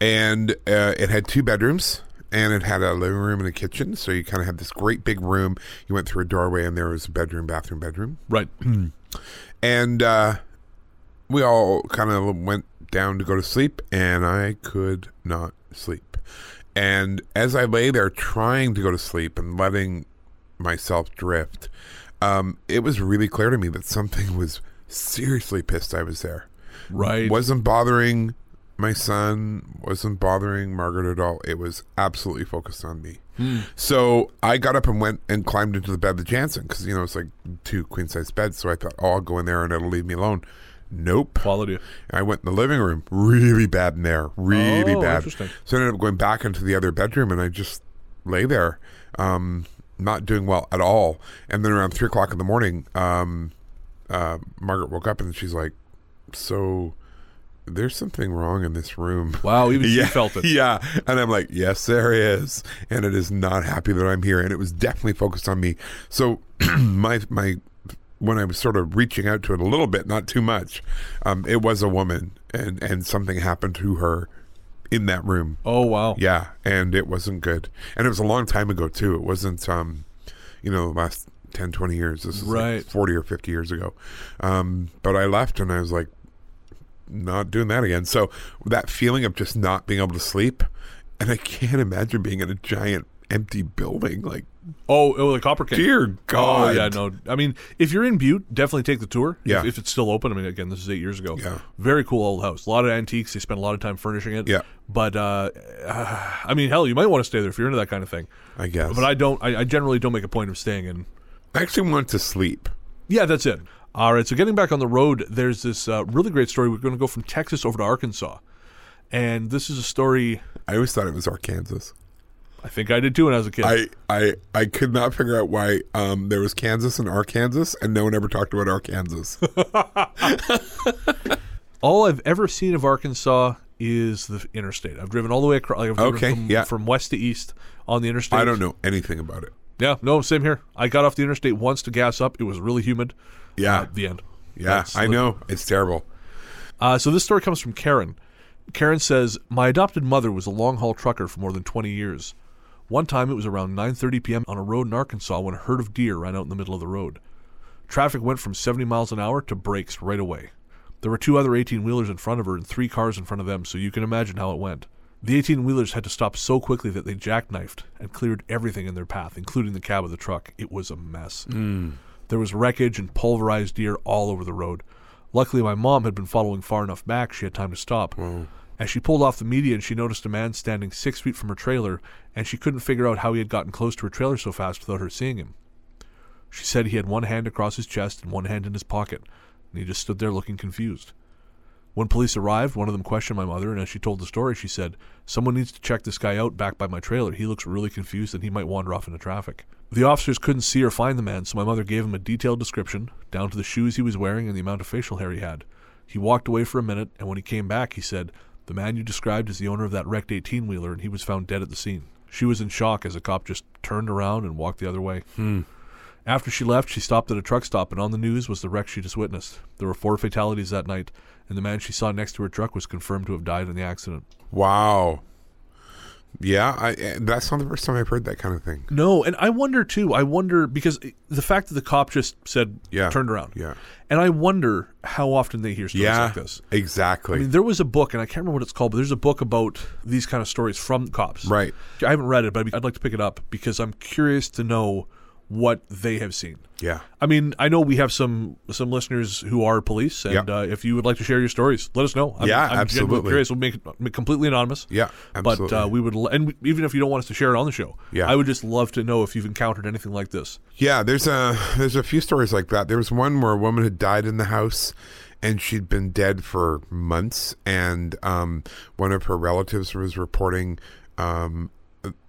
and uh, it had two bedrooms and it had a living room and a kitchen so you kind of had this great big room you went through a doorway and there was a bedroom bathroom bedroom
Right.
Hmm. and uh, we all kind of went down to go to sleep and i could not sleep And as I lay there trying to go to sleep and letting myself drift, um, it was really clear to me that something was seriously pissed I was there.
Right.
Wasn't bothering my son, wasn't bothering Margaret at all. It was absolutely focused on me. So I got up and went and climbed into the bed with Jansen because, you know, it's like two queen size beds. So I thought, oh, I'll go in there and it'll leave me alone. Nope.
quality?
I went in the living room, really bad in there, really
Oh,
bad.
interesting.
So I ended up going back into the other bedroom, and I just lay there, um, not doing well at all. And then around three o'clock in the morning, um, uh, Margaret woke up, and she's like, "So there's something wrong in this room."
Wow, even
yeah,
she felt it.
Yeah, and I'm like, yes, there is, and it is not happy that I'm here, and it was definitely focused on me. So my my when I was sort of reaching out to it a little bit, not too much, um, it was a woman, and and something happened to her in that room.
Oh wow.
Yeah, and it wasn't good, and it was a long time ago too. It wasn't, um, you know, the last 10, 20 years. This is like,
Right.
forty or fifty years ago. Um, but I left, and I was like, not doing that again. So that feeling of just not being able to sleep, and I can't imagine being in a giant empty building. Like,
Oh, oh, the Copper King.
dear God.
Oh yeah, no. I mean, if you're in Butte, definitely take the tour. if-
Yeah.
If, it's still open. I mean, again, this is eight years ago.
Yeah.
Very cool old house. A lot of antiques. They spent a lot of time furnishing it.
Yeah.
But uh, I mean, hell, you might want to stay there if you're into that kind of thing.
I guess.
But I don't. I, I generally don't make a point of staying in.
I actually want to sleep.
Yeah, that's it. All right. So getting back on the road, there's this uh, really great story. We're going to go from Texas over to Arkansas, and this is a story.
I always thought it was Arkansas.
I think I did too when I was a kid.
I, I I could not figure out why um, there was Kansas and Arkansas, and no one ever talked about Arkansas.
all I've ever seen of Arkansas is the interstate. I've driven all the way across. Like I've driven
Okay,
from,
yeah.
from west to east on the interstate.
I don't know anything about it.
Yeah, no, same here. I got off the interstate once to gas up. It was really humid.
Yeah.
Uh, the end.
Yeah,
That's
I
the-
know it's terrible.
Uh, so this story comes from Karen. Karen says, "My adopted mother was a long-haul trucker for more than 20 years. One time it was around 9:30 p.m. on a road in Arkansas when a herd of deer ran out in the middle of the road. Traffic went from 70 miles an hour to brakes right away. There were two other 18-wheelers in front of her and three cars in front of them, so you can imagine how it went. The 18-wheelers had to stop so quickly that they jackknifed and cleared everything in their path, including the cab of the truck. It was a mess." There was wreckage and pulverized deer all over the road. Luckily, my mom had been following far enough back, she had time to stop. As she pulled off the median, she noticed a man standing six feet from her trailer, and she couldn't figure out how he had gotten close to her trailer so fast without her seeing him. She said he had one hand across his chest and one hand in his pocket, and he just stood there looking confused. When police arrived, one of them questioned my mother, and as she told the story, she said, Someone needs to check this guy out back by my trailer. He looks really confused and he might wander off into traffic. The officers couldn't see or find the man, so my mother gave him a detailed description, down to the shoes he was wearing and the amount of facial hair he had. He walked away for a minute, and when he came back, he said, The man you described is the owner of that wrecked 18 wheeler, and he was found dead at the scene. She was in shock as a cop just turned around and walked the other way. After she left, she stopped at a truck stop, and on the news was the wreck she just witnessed. There were four fatalities that night, and the man she saw next to her truck was confirmed to have died in the accident.
Wow. Yeah, I, eh, that's not the first time I've heard that kind of thing.
No, and I wonder too. I wonder because the fact that the cop just said,
Yeah,
turned around.
yeah.
And I wonder how often they hear stories
yeah,
like this.
exactly.
I mean, there was a book, and I can't remember what it's called, but there's a book about these kind of stories from cops.
Right.
I haven't read it, but I'd be- I'd like to pick it up because I'm curious to know what they have seen.
yeah,
I mean, I know we have some some listeners who are police, and
Yep.
uh, if you would like to share your stories, let us know. I'm,
Yeah,
I'm genuinely
absolutely.
Curious, we'll make it make it completely anonymous.
Yeah, absolutely.
But uh, we would, l- and we, even if you don't want us to share it on the show,
Yeah.
I would just love to know if you've encountered anything like this.
yeah. There's a there's a few stories like that. There was one where a woman had died in the house, and she'd been dead for months, and um, one of her relatives was reporting um,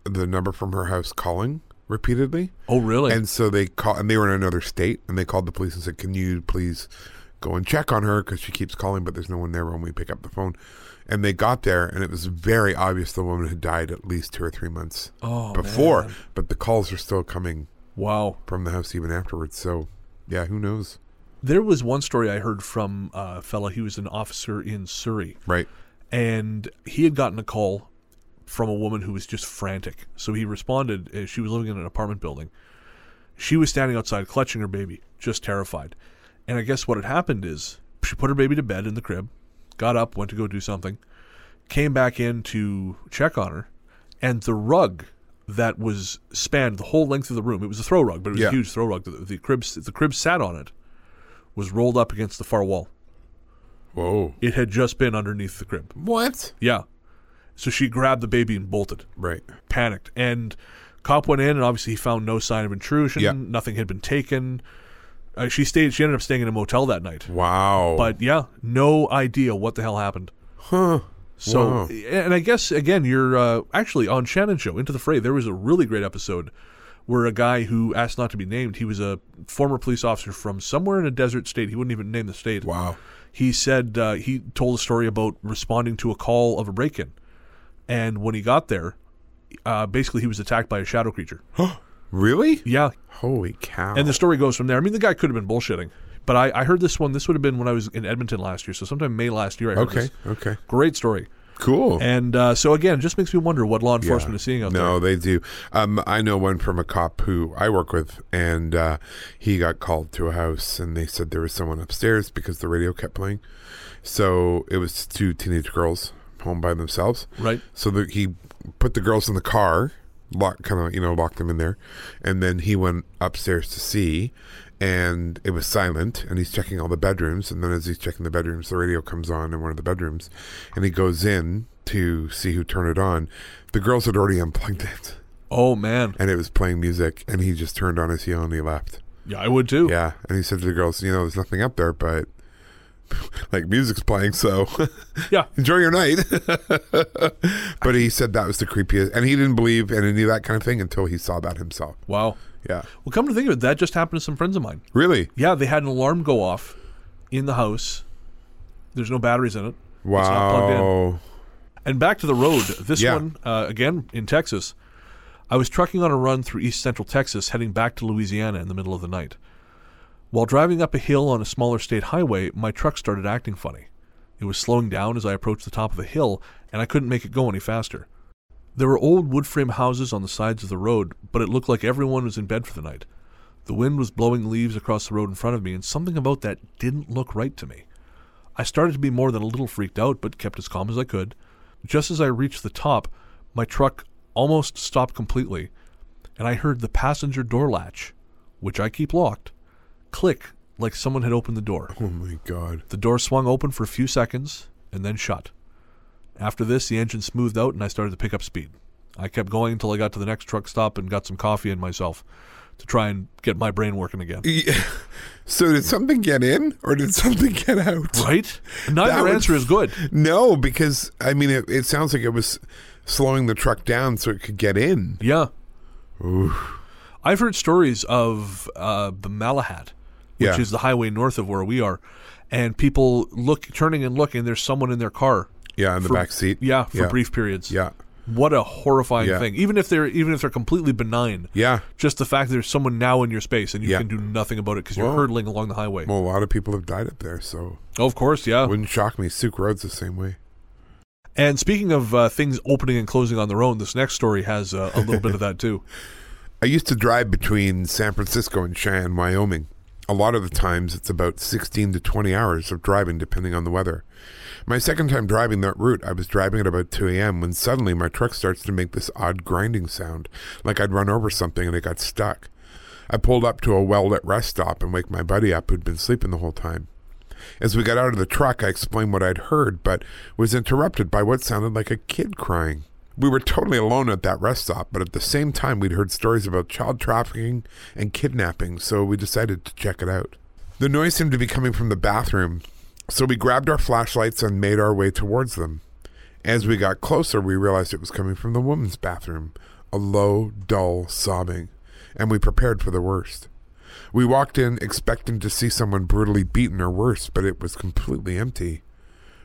the number from her house calling repeatedly.
Oh, really?
And so they call, and they were in another state, and they called the police and said, "Can you please go and check on her because she keeps calling, but there's no one there when we pick up the phone." And they got there, and it was very obvious the woman had died at least two or three months
Oh,
before, but the calls are still coming
wow.
from the house even afterwards. So, yeah, who knows,
There was one story I heard from a fella. He was an officer in Surrey,
right?
and he had gotten a call from a woman who was just frantic. So he responded. uh, She was living in an apartment building. She was standing outside clutching her baby, just terrified. And I guess what had happened is she put her baby to bed in the crib, got up, went to go do something, came back in to check on her, and the rug that was spanned the whole length of the room. It was a throw rug, but it was
Yeah.
a huge throw rug. The, the crib the crib sat on it was rolled up against the far wall.
Whoa.
It had just been underneath the crib.
What?
Yeah. So she grabbed the baby and bolted,
Right.
panicked. And cop went in, and obviously he found no sign of intrusion.
Yeah.
Nothing had been taken. Uh, she stayed. She ended up staying in a motel that night.
Wow.
But yeah, no idea what the hell happened.
huh.
So,
Wow.
and I guess again, you're uh, actually on Shannon Show Into the Fray. There was a really great episode where a guy who asked not to be named, he was a former police officer from somewhere in a desert state. He wouldn't even name the state.
Wow.
He said uh, he told a story about responding to a call of a break-in, and when he got there, uh, basically he was attacked by a shadow creature.
Really?
yeah,
Holy cow.
and the story goes from there. I mean, the guy could have been bullshitting, but I, I heard this one. This would have been when I was in Edmonton last year, so sometime May last year. I heard
okay.
this.
Okay.
Great story.
Cool.
And uh, so again, it just makes me wonder what law enforcement
Yeah.
is seeing out
no, they do. Um, I know one from a cop who I work with, and uh, he got called to a house, and they said there was someone upstairs because the radio kept playing. So it was two teenage girls home by themselves.
there. Right?
So the, he put the girls in the car, lock, kind of you know locked them in there, and then he went upstairs to see, and it was silent. And he's checking all the bedrooms, and then as he's checking the bedrooms, the radio comes on in one of the bedrooms, and he goes in to see who turned it on. The girls had already unplugged it,
Oh man,
and it was playing music, and he just turned on his heel and he left.
yeah, I would too.
Yeah, and he said to the girls, you know, there's nothing up there, but. Like music's playing, so
yeah.
enjoy your night. but he said that was the creepiest, and he didn't believe in any of that kind of thing until he saw that himself.
Wow.
Yeah,
Well, come to think of it, that just happened to some friends of mine.
really.
Yeah, they had an alarm go off in the house. There's no batteries in it. It's not plugged in.
Wow.
And back to the road. This
Yeah.
one, uh, again, in Texas. I was trucking on a run through east central Texas, heading back to Louisiana in the middle of the night. While driving up a hill on a smaller state highway, my truck started acting funny. It was slowing down as I approached the top of the hill, and I couldn't make it go any faster. There were old wood frame houses on the sides of the road, but it looked like everyone was in bed for the night. The wind was blowing leaves across the road in front of me, and something about that didn't look right to me. I started to be more than a little freaked out, but kept as calm as I could. Just as I reached the top, my truck almost stopped completely, and I heard the passenger door latch, which I keep locked, click like someone had opened the door.
Oh my god.
The door swung open for a few seconds and then shut. After this, the engine smoothed out and I started to pick up speed. I kept going until I got to the next truck stop and got some coffee and myself to try and get my brain working again.
Yeah. So did something get in or did something get out?
Right?
That
Neither
would-
answer is good.
No, because I mean, it, it sounds like it was slowing the truck down so it could get in.
Yeah. I've heard stories of uh, the Malahat, which
Yeah.
is the highway north of where we are, and people look turning and looking. There's someone in their car.
Yeah, in the
for-
back seat.
Yeah, for
yeah.
brief periods.
Yeah.
What a horrifying
Yeah.
thing. Even if they're even if they're completely benign.
Yeah.
Just the fact that there's someone now in your space and you
Yeah.
can do nothing about it because you're
Well-
hurtling along the highway.
Well, a lot of people have died up there, so
of course, yeah.
wouldn't shock me. Souk Road's the same way.
And speaking of uh, things opening and closing on their own, this next story has uh, a little bit of that too.
I used to drive between San Francisco and Cheyenne, Wyoming. A lot of the times, it's about 16 to 20 hours of driving, depending on the weather. My second time driving that route, I was driving at about 2 a.m. when suddenly my truck starts to make this odd grinding sound, like I'd run over something and it got stuck. I pulled up to a well lit rest stop and waked my buddy up who'd been sleeping the whole time. As we got out of the truck, I explained what I'd heard, but was interrupted by what sounded like a kid crying. We were totally alone at that rest stop, but at the same time, we'd heard stories about child trafficking and kidnapping, so we decided to check it out. The noise seemed to be coming from the bathroom, so we grabbed our flashlights and made our way towards them. As we got closer, we realized it was coming from the woman's bathroom, a low, dull sobbing, and we prepared for the worst. We walked in expecting to see someone brutally beaten or worse, but it was completely empty.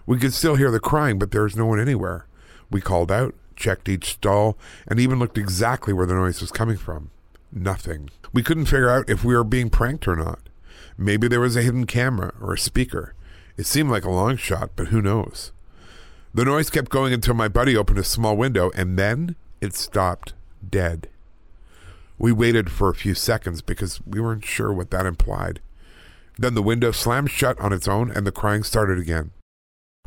We could still hear the crying, but there was no one anywhere. We called out, checked each stall, and even looked exactly where the noise was coming from. Nothing. We couldn't figure out if we were being pranked or not. Maybe there was a hidden camera or a speaker. It seemed like a long shot, but who knows? The noise kept going until my buddy opened a small window, and then it stopped dead. We waited for a few seconds because we weren't sure what that implied. Then the window slammed shut on its own and the crying started again.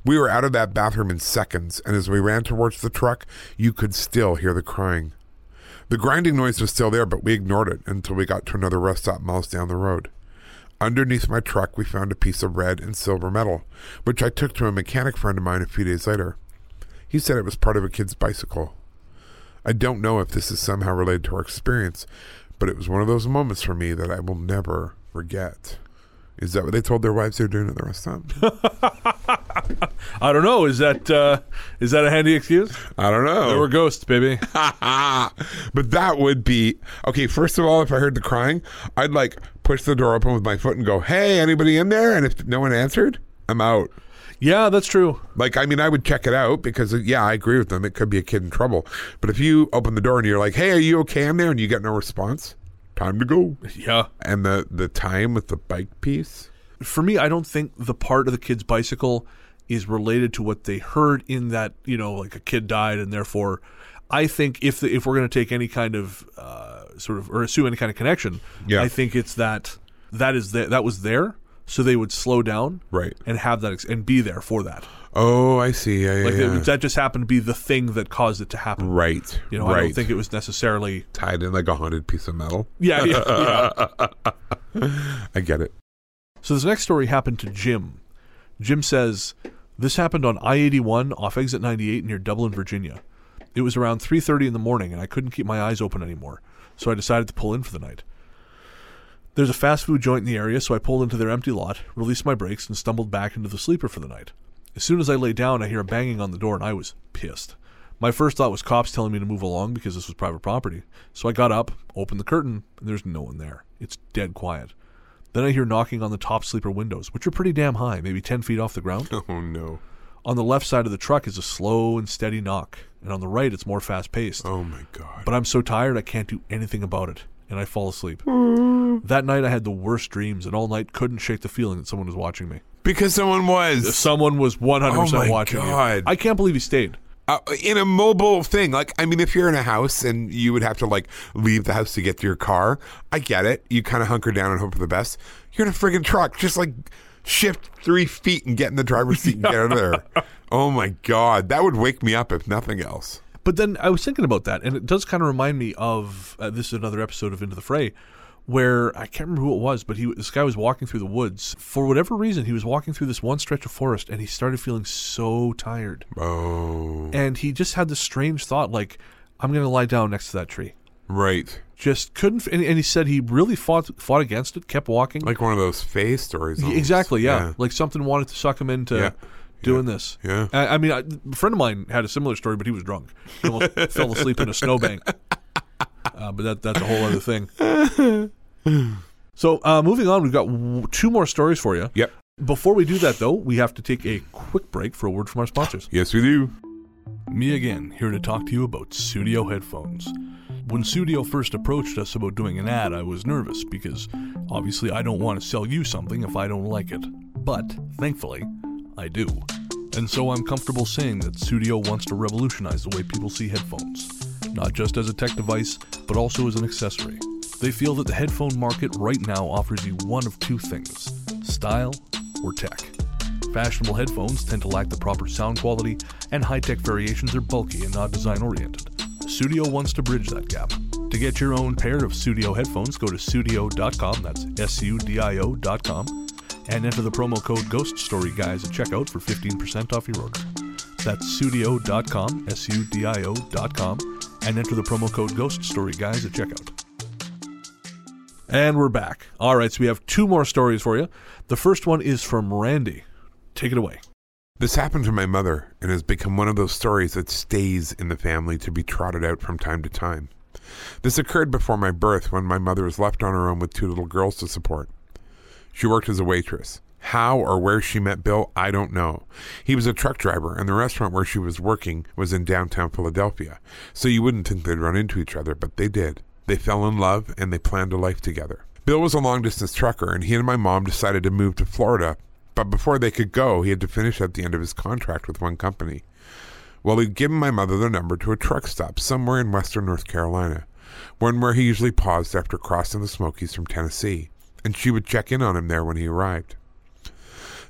We were out of that bathroom in seconds, and as we ran towards the truck, you could still hear the crying. The grinding noise was still there, but we ignored it until we got to another rest stop miles down the road. Underneath my truck, we found a piece of red and silver metal, which I took to a mechanic friend of mine a few days later. He said it was part of a kid's bicycle. I don't know if this is somehow related to our experience, but it was one of those moments for me that I will never forget. Is that what they told their wives they're doing at the restaurant?
I don't know. Is that uh, is that a handy excuse?
I don't know.
There were ghosts, baby.
but that would be okay. First of all, if I heard the crying, I'd like push the door open with my foot and go, "Hey, anybody in there?" And if no one answered, I'm out.
yeah, that's true.
Like, I mean, I would check it out because, uh, yeah, I agree with them. It could be a kid in trouble. But if you open the door and you're like, "Hey, are you okay in there?" and you get no response, time to go.
Yeah.
And the the time with the bike piece.
for me, I don't think the part of the kid's bicycle is related to what they heard in that you know like a kid died and therefore I think if the, if we're going to take any kind of uh, sort of or assume any kind of connection,
Yeah.
I think it's that that is the, that was there. So they would slow down,
Right.
and have that ex- and be there for that.
Oh, I see. Yeah, yeah,
Like
yeah.
that, that just happened to be the thing that caused it to happen.
right.
You know,
right.
I don't think it was necessarily.
tied in like a haunted piece of metal.
Yeah, yeah, yeah.
I get it.
So this next story happened to Jim. Jim says this happened on I-81 off exit 98 near Dublin, Virginia. It was around 3:30 in the morning and I couldn't keep my eyes open anymore, so I decided to pull in for the night. There's a fast food joint in the area, so I pulled into their empty lot, released my brakes and stumbled back into the sleeper for the night. As soon as I lay down, I hear a banging on the door and I was pissed. My first thought was cops telling me to move along because this was private property. So I got up, opened the curtain, and there's no one there. It's dead quiet. Then I hear knocking on the top sleeper windows, which are pretty damn high, maybe 10 feet off the ground.
Oh no.
on the left side of the truck is a slow and steady knock, and on the right it's more fast paced.
Oh my god.
But I'm so tired I can't do anything about it, and I fall asleep.
Mm.
that night I had the worst dreams, and all night couldn't shake the feeling that someone was watching me.
Because someone was
Someone was 100%
Oh my
watching me.
God.
I can't believe he stayed.
uh, in a mobile thing. Like, I mean, if you're in a house and you would have to like leave the house to get to your car, I get it. You kind of hunker down and hope for the best. You're in a friggin' truck. Just like shift three feet and get in the driver's seat and get out of there. Oh my god, that would wake me up if nothing else.
But then I was thinking about that, and it does kind of remind me of uh, this is another episode of Into the Fray, where I can't remember who it was, but he this guy was walking through the woods for whatever reason. He was walking through this one stretch of forest, and he started feeling so tired,
Oh,
and he just had this strange thought like, "I'm going to lie down next to that tree."
right.
Just couldn't, and, and he said he really fought fought against it, kept walking.
Like one of those fae stories.
Y-
almost.
exactly, yeah. Like something wanted to suck him into
Oh, Yeah.
doing this.
Yeah.
I, I mean, I, a friend of mine had a similar story, but he was drunk. He almost fell asleep in a snowbank. Uh, but that that's a whole other thing. So uh, moving on, we've got w- two more stories for you.
Yep.
Before we do that, though, we have to take a quick break for a word from our sponsors.
Yes, we do.
Me again, here to talk to you about Studio headphones. When Studio first approached us about doing an ad, I was nervous because obviously I don't want to sell you something if I don't like it. But thankfully, I do. And so I'm comfortable saying that Studio wants to revolutionize the way people see headphones, not just as a tech device, but also as an accessory. They feel that the headphone market right now offers you one of two things style or tech. Fashionable headphones tend to lack the proper sound quality, and high tech variations are bulky and not design oriented. Studio wants to bridge that gap. To get your own pair of Studio headphones, go to studio.com, that's S U D I O.com, and enter the promo code Ghost Story Guys at checkout for 15% off your order. That's studio.com, S U D I O.com, and enter the promo code Ghost Story Guys at checkout. And we're back. All right, so we have two more stories for you. The first one is from Randy. Take it away.
This happened to my mother and has become one of those stories that stays in the family to be trotted out from time to time. This occurred before my birth when my mother was left on her own with two little girls to support. She worked as a waitress. How or where she met Bill, I don't know. He was a truck driver, and the restaurant where she was working was in downtown Philadelphia, so you wouldn't think they'd run into each other, but they did. They fell in love and they planned a life together. Bill was a long distance trucker, and he and my mom decided to move to Florida, but before they could go, he had to finish up the end of his contract with one company. Well, he'd given my mother the number to a truck stop somewhere in western North Carolina, one where he usually paused after crossing the Smokies from Tennessee, and she would check in on him there when he arrived.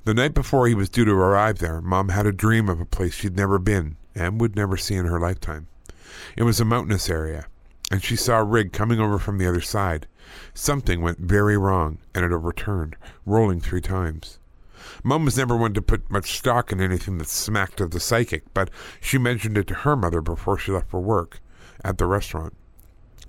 The night before he was due to arrive there, Mom had a dream of a place she'd never been and would never see in her lifetime. It was a mountainous area, and she saw a rig coming over from the other side. Something went very wrong, and it overturned, rolling three times. Mum was never one to put much stock in anything that smacked of the psychic, but she mentioned it to her mother before she left for work at the restaurant.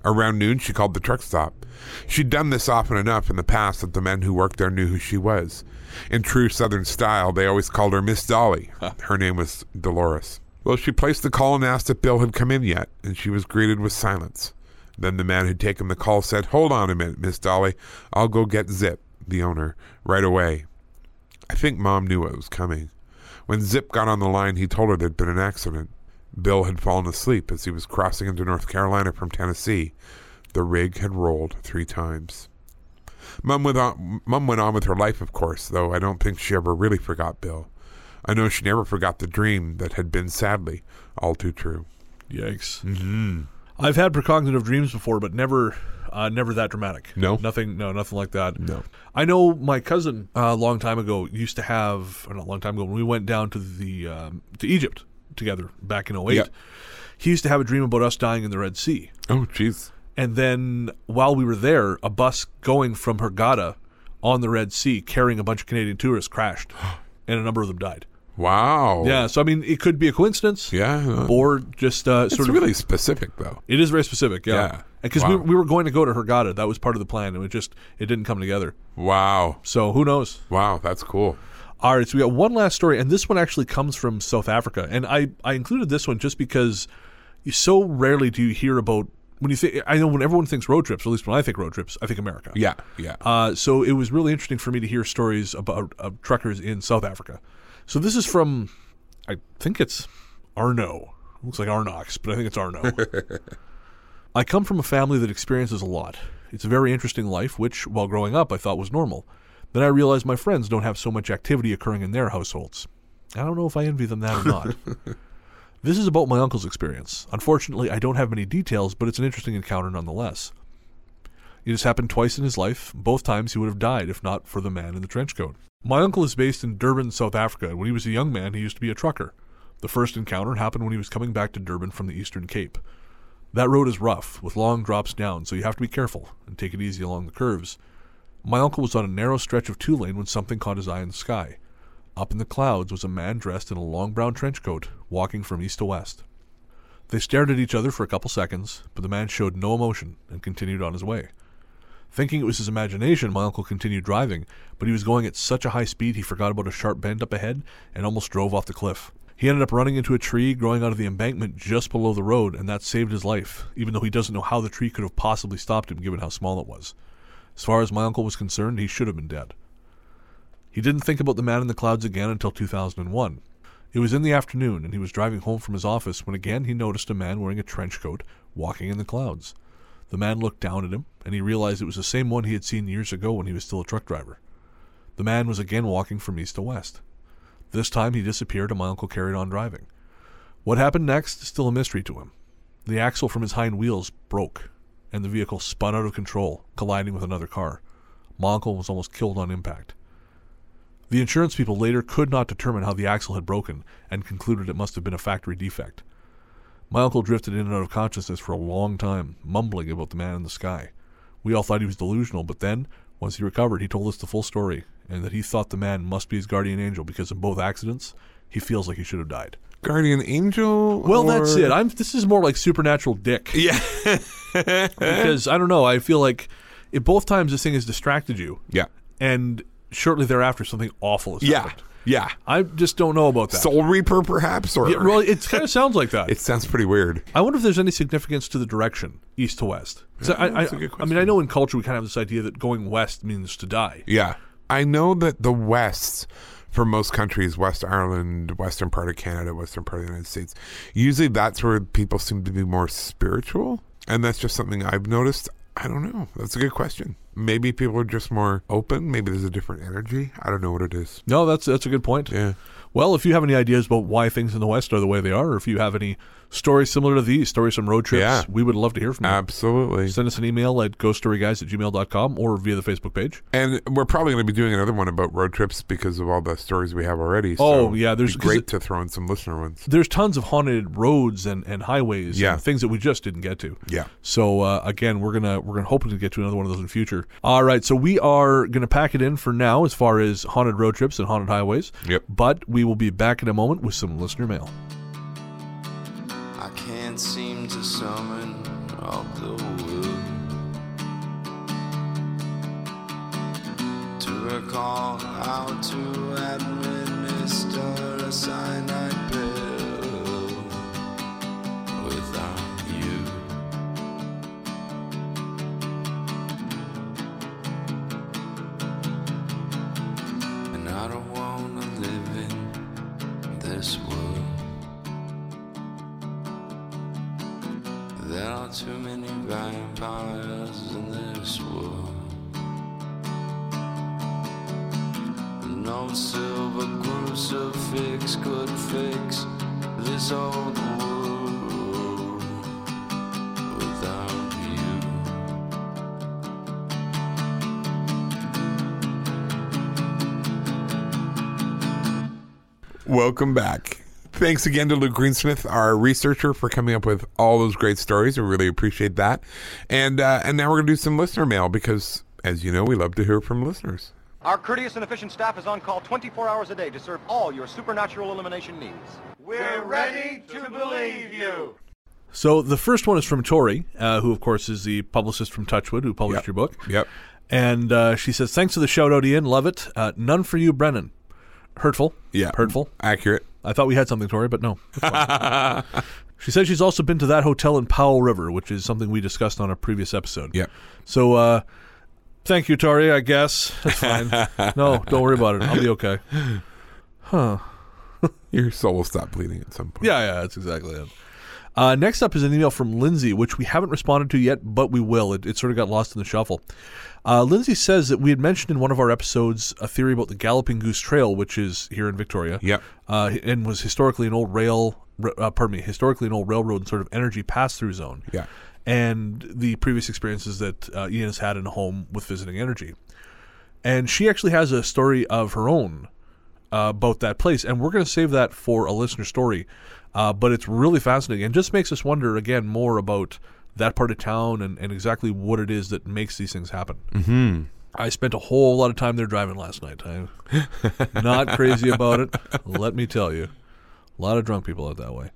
Around noon, she called the truck stop. She'd done this often enough in the past that the men who worked there knew who she was. In true Southern style, they always called her Miss Dolly. Her name was Dolores. Well, she placed the call and asked if Bill had come in yet, and she was greeted with silence. Then the man who'd taken the call said, Hold on a minute, Miss Dolly. I'll go get Zip, the owner, right away. I think Mom knew what was coming. When Zip got on the line, he told her there'd been an accident. Bill had fallen asleep as he was crossing into North Carolina from Tennessee. The rig had rolled three times. Mum went on, Mum went on with her life, of course, though I don't think she ever really forgot Bill. I know she never forgot the dream that had been, sadly, all too true.
Yikes. Mm-hmm. I've had precognitive dreams before, but never, uh, never that dramatic.
No?
nothing. No, nothing like that. No. I know my cousin uh, a long time ago used to have, or not a long time ago, when we went down to the um, to Egypt together back in 08,
Yeah.
He used to have a dream about us dying in the Red Sea,
Oh, jeez.
and then while we were there, a bus going from Hurghada on the Red Sea carrying a bunch of Canadian tourists crashed, and a number of them died.
Wow.
Yeah, so I mean, it could be a coincidence.
Oh. Yeah.
Or just uh,
It's
sort of
really specific, though.
it is very specific, yeah.
Yeah.
Because we,
Wow.
we were going to go to Hergada. That was part of the plan, and it just it didn't come together.
Wow.
So who knows?
Wow, that's cool.
All right, so we got one last story, and this one actually comes from South Africa, and I I included this one just because you so rarely do you hear about when you think I know when everyone thinks road trips, or at least when I think road trips, I think America.
Yeah, yeah.
Uh, so it was really interesting for me to hear stories about uh, truckers in South Africa. So this is from, I think it's Arno. Looks like Arnox, but I think it's Arno. I come from a family that experiences a lot. It's a very interesting life, which, while growing up, I thought was normal. Then I realized my friends don't have so much activity occurring in their households. I don't know if I envy them that or not. this is about my uncle's experience. Unfortunately, I don't have many details, but it's an interesting encounter nonetheless. It has happened twice in his life. Both times he would have died if not for the man in the trench coat. My uncle is based in Durban, South Africa, and when he was a young man, he used to be a trucker. The first encounter happened when he was coming back to Durban from the Eastern Cape. That road is rough, with long drops down, so you have to be careful and take it easy along the curves. My uncle was on a narrow stretch of two lane when something caught his eye in the sky. Up in the clouds was a man dressed in a long brown trench coat, walking from east to west. They stared at each other for a couple seconds, but the man showed no emotion and continued on his way. Thinking it was his imagination, my uncle continued driving, but he was going at such a high speed he forgot about a sharp bend up ahead and almost drove off the cliff. He ended up running into a tree growing out of the embankment just below the road, and that saved his life, even though he doesn't know how the tree could have possibly stopped him given how small it was. As far as my uncle was concerned, he should have been dead. He didn't think about the man in the clouds again until 2001. It was in the afternoon, and he was driving home from his office when again he noticed a man wearing a trench coat walking in the clouds. The man looked down at him, and he realized it was the same one he had seen years ago when he was still a truck driver. The man was again walking from east to west. This time he disappeared, and my uncle carried on driving. What happened next is still a mystery to him. The axle from his hind wheels broke, and the vehicle spun out of control, colliding with another car. My uncle was almost killed on impact. The insurance people later could not determine how the axle had broken and concluded it must have been a factory defect. My uncle drifted in and out of consciousness for a long time, mumbling about the man in the sky. We all thought he was delusional, but then, once he recovered, he told us the full story and that he thought the man must be his guardian angel because in both accidents, he feels like he should have died.
Guardian angel?
Well, that's
or-
it. I'm this is more like supernatural dick. Yeah. because I don't know, I feel like it both times this thing has distracted you
Yeah.
and shortly thereafter something awful has
Yeah.
happened.
Yeah.
I just don't know about that.
Soul Reaper, perhaps? Or
Yeah, well, it kind of sounds like that.
It sounds pretty weird.
I wonder if there's any significance to the direction east to west. 'Cause I, I,
that's a good
I mean, I know in culture we kind of have this idea that going west means to die.
Yeah. I know that the West, for most countries, West Ireland, Western part of Canada, Western part of the United States, usually that's where people seem to be more spiritual. And that's just something I've noticed. I don't know. That's a good question. Maybe people are just more open. Maybe there's a different energy. I don't know what it is.
No, that's that's a good point.
Yeah.
Well, if you have any ideas about why things in the West are the way they are, or if you have any stories similar to these, stories from road trips,
Yeah.
we would love to hear from you.
Absolutely.
Send us an email at ghoststoryguys at gmail.com or via the Facebook page.
And we're probably going to be doing another one about road trips because of all the stories we have already. So
Oh, yeah,
it'd be
there's- 'cause
great
it-
to throw in some listener ones.
There's tons of haunted roads and, and highways
Yeah.
and things that we just didn't get to.
Yeah.
So uh, again, we're gonna we're gonna hoping to get to another one of those in future. All right, so we are gonna pack it in for now as far as haunted road trips and haunted highways.
Yep.
But we will be back in a moment with some listener mail.
I can't seem to summon up the will to recall how to administer a cyanide pill without you. And I don't wanna live in this world. There are too many vampires in this world. No silver crucifix could fix this old world without you.
Welcome back. Thanks again to Luke Greensmith, our researcher, for coming up with all those great stories. We really appreciate that. And uh, and now we're going to do some listener mail because, as you know, we love to hear from listeners.
Our courteous and efficient staff is on call 24 hours a day to serve all your supernatural elimination needs. We're ready to believe you.
So the first one is from Tori, uh, who of course is the publicist from Touchwood, who published
Yep.
your book.
Yep.
And uh, she says, "Thanks for the shout out, Ian. Love it. Uh, none for you, Brennan. Hurtful.
Yeah.
hurtful.
Accurate.
I thought we had something, Tori, but no. That's fine. she says she's also been to that hotel in Powell River, which is something we discussed on a previous episode.
Yep.
So, uh, thank you, Tori. I guess that's fine. no, don't worry about it. I'll be okay.
Your soul will stop bleeding at some point.
Yeah, yeah, that's exactly it. Uh, next up is an email from Lindsay, which we haven't responded to yet, but we will. It, it sort of got lost in the shuffle. Uh, Lindsay says that we had mentioned in one of our episodes a theory about the Galloping Goose Trail, which is here in Victoria.
Yep.
Uh, and was historically an old rail, r- uh, pardon me, historically an old railroad and sort of energy pass through zone.
Yeah.
And the previous experiences that uh, Ian has had in a home with visiting energy. And she actually has a story of her own uh, about that place. And we're going to save that for a listener story. Uh, but it's really fascinating and just makes us wonder again more about that part of town and, and exactly what it is that makes these things happen. Mm-hmm. I spent a whole lot of time there driving last night. I'm not crazy about it, let me tell you. A lot of drunk people out that way.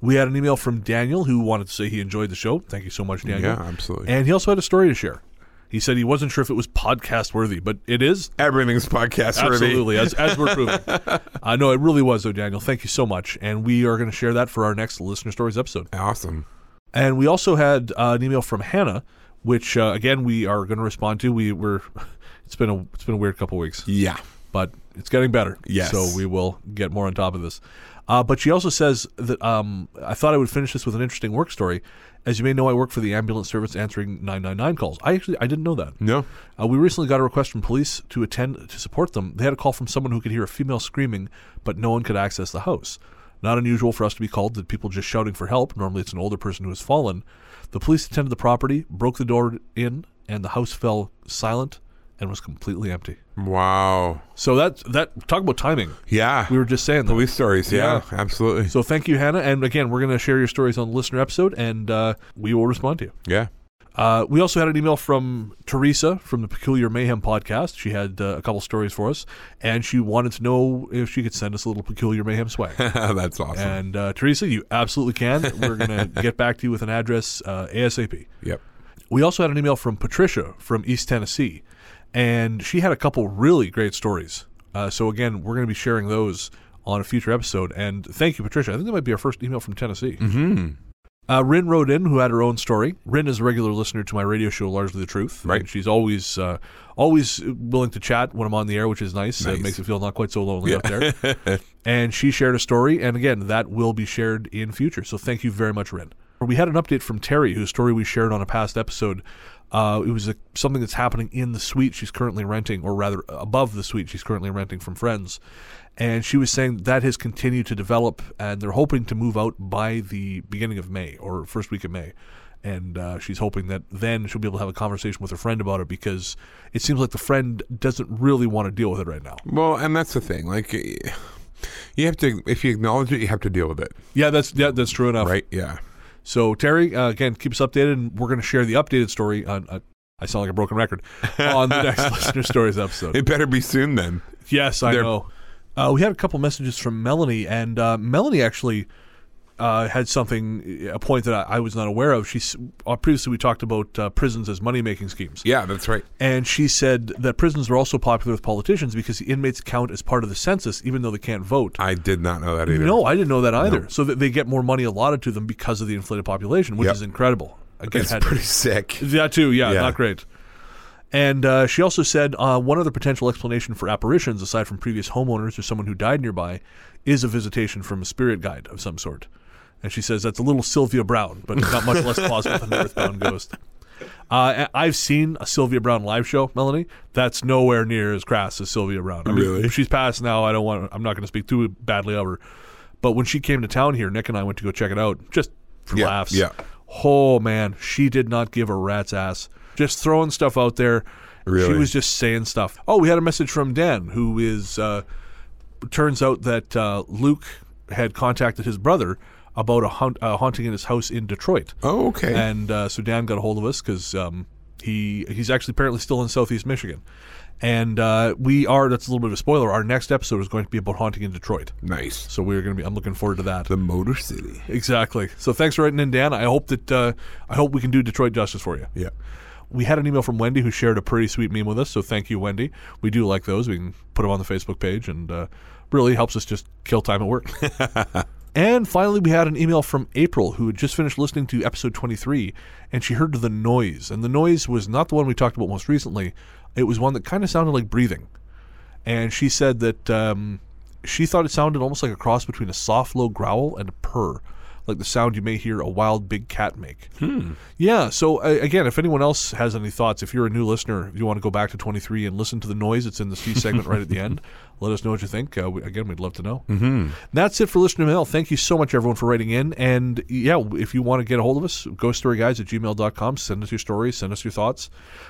We had an email from Daniel who wanted to say he enjoyed the show. Thank you so much, Daniel.
Yeah, absolutely.
And he also had a story to share. He said he wasn't sure if it was podcast worthy, but it is.
Everything's podcast worthy.
Absolutely, as, as we're proving. I know it really was, though, Daniel. Thank you so much. And we are going to share that for our next Listener Stories episode.
Awesome.
And we also had uh, an email from Hannah, which, uh, again, we are going to respond to. We were. It's been a it's been a weird couple weeks
Yeah.
but it's getting better.
Yes.
So we will get more on top of this. Uh, but she also says that um, I thought I would finish this with an interesting work story. As you may know, I work for the ambulance service answering 999 calls. I actually I didn't know that.
No.
Uh, we recently got a request from police to attend to support them. They had a call from someone who could hear a female screaming, but no one could access the house. Not unusual for us to be called to people just shouting for help. Normally, it's an older person who has fallen. The police attended the property, broke the door in, and the house fell silent and was completely empty.
Wow.
So that that talk about timing.
Yeah.
We were just saying that.
police stories. Yeah,
Yeah.
Absolutely.
So thank you, Hannah. And again, we're going to share your stories on the listener episode, and uh, we will respond to you.
yeah.
Uh, we also had an email from Teresa from the Peculiar Mayhem podcast. She had uh, a couple stories for us, and she wanted to know if she could send us a little Peculiar Mayhem swag.
That's awesome.
and uh, Teresa, you absolutely can. We're going to get back to you with an address uh, ASAP.
yep.
We also had an email from Patricia from East Tennessee, and she had a couple really great stories. Uh, so again, we're going to be sharing those on a future episode. And thank you, Patricia. I think that might be our first email from Tennessee. Mm-hmm. Uh, Rin wrote in, who had her own story. Rin is a regular listener to my radio show, Largely the Truth.
Right.
And she's always uh, always willing to chat when I'm on the air, which is nice. It
Nice.
makes it feel not quite so lonely out there. and she shared a story, and again, that will be shared in future. So thank you very much, Ren. We had an update from Terry, whose story we shared on a past episode Uh, it was a, something that's happening in the suite she's currently renting, or rather above the suite she's currently renting from friends. And she was saying that has continued to develop, and they're hoping to move out by the beginning of May or first week of May. And uh, she's hoping that then she'll be able to have a conversation with her friend about it because it seems like the friend doesn't really want to deal with it right now.
Well, and that's the thing. Like, y- you have to, if you acknowledge it, you have to deal with it,
Yeah, that's yeah, that's true enough.
right? Yeah.
So Terry, uh, again, keep us updated, and we're going to share the updated story on. Uh, I sound like a broken record on the next listener stories episode.
It better be soon then.
yes, I
they're-
know. Uh, we had a couple messages from Melanie, and uh, Melanie actually uh, had something, a point that I, I was not aware of. She s- uh, previously we talked about uh, prisons as money making schemes.
Yeah, that's right.
And she said that prisons are also popular with politicians because the inmates count as part of the census, even though they can't vote.
I did not know that either.
No, I didn't know that either. So that they get more money allotted to them because of the inflated population, which
Yep.
is incredible. Again,
it's
had-
pretty sick.
that too, yeah,
Yeah.
not great. And uh, she also said uh, one other potential explanation for apparitions, aside from previous homeowners or someone who died nearby, is a visitation from a spirit guide of some sort. And she says that's a little Sylvia Brown, but not much less plausible than an Earthbound Ghost. Uh, I- I've seen a Sylvia Brown live show, Melanie. That's nowhere near as crass as Sylvia Brown. I mean,
Really?
She's passed now. I don't want. I'm not going to speak too badly of her. But when she came to town here, Nick and I went to go check it out, just for
Yeah,
laughs.
yeah.
Oh man, she did not give a rat's ass. Just throwing stuff out there. She
Really?
was just saying stuff. Oh, we had a message from Dan, who is. Uh, turns out that uh, Luke had contacted his brother about a haunt, uh, haunting in his house in Detroit.
Oh, okay.
And uh, so Dan got a hold of us because um, he he's actually apparently still in Southeast Michigan, and uh, we are that's a little bit of a spoiler. Our next episode is going to be about haunting in Detroit,
nice.
so we're going to be. I'm looking forward to that.
The Motor City.
Exactly. So thanks for writing in, Dan. I hope that uh, I hope we can do Detroit justice for you.
Yeah.
We had an email from Wendy who shared a pretty sweet meme with us. So thank you, Wendy. We do like those. We can put them on the Facebook page and uh, really helps us just kill time at work. and finally, we had an email from April who had just finished listening to episode 23 and she heard the noise. And the noise was not the one we talked about most recently, it was one that kind of sounded like breathing. And she said that um, she thought it sounded almost like a cross between a soft, low growl and a purr. Like the sound you may hear a wild big cat make. Yeah. So uh, again, if anyone else has any thoughts, if you're a new listener, if you want to go back to 23 and listen to the noise, it's in the C segment right at the end. Let us know what you think. Uh, we, again, we'd love to know. Mm-hmm. That's it for listener mail. Thank you so much, everyone, for writing in. And yeah, if you want to get a hold of us, ghoststoryguys at gmail.com. Send us your stories. Send us your thoughts.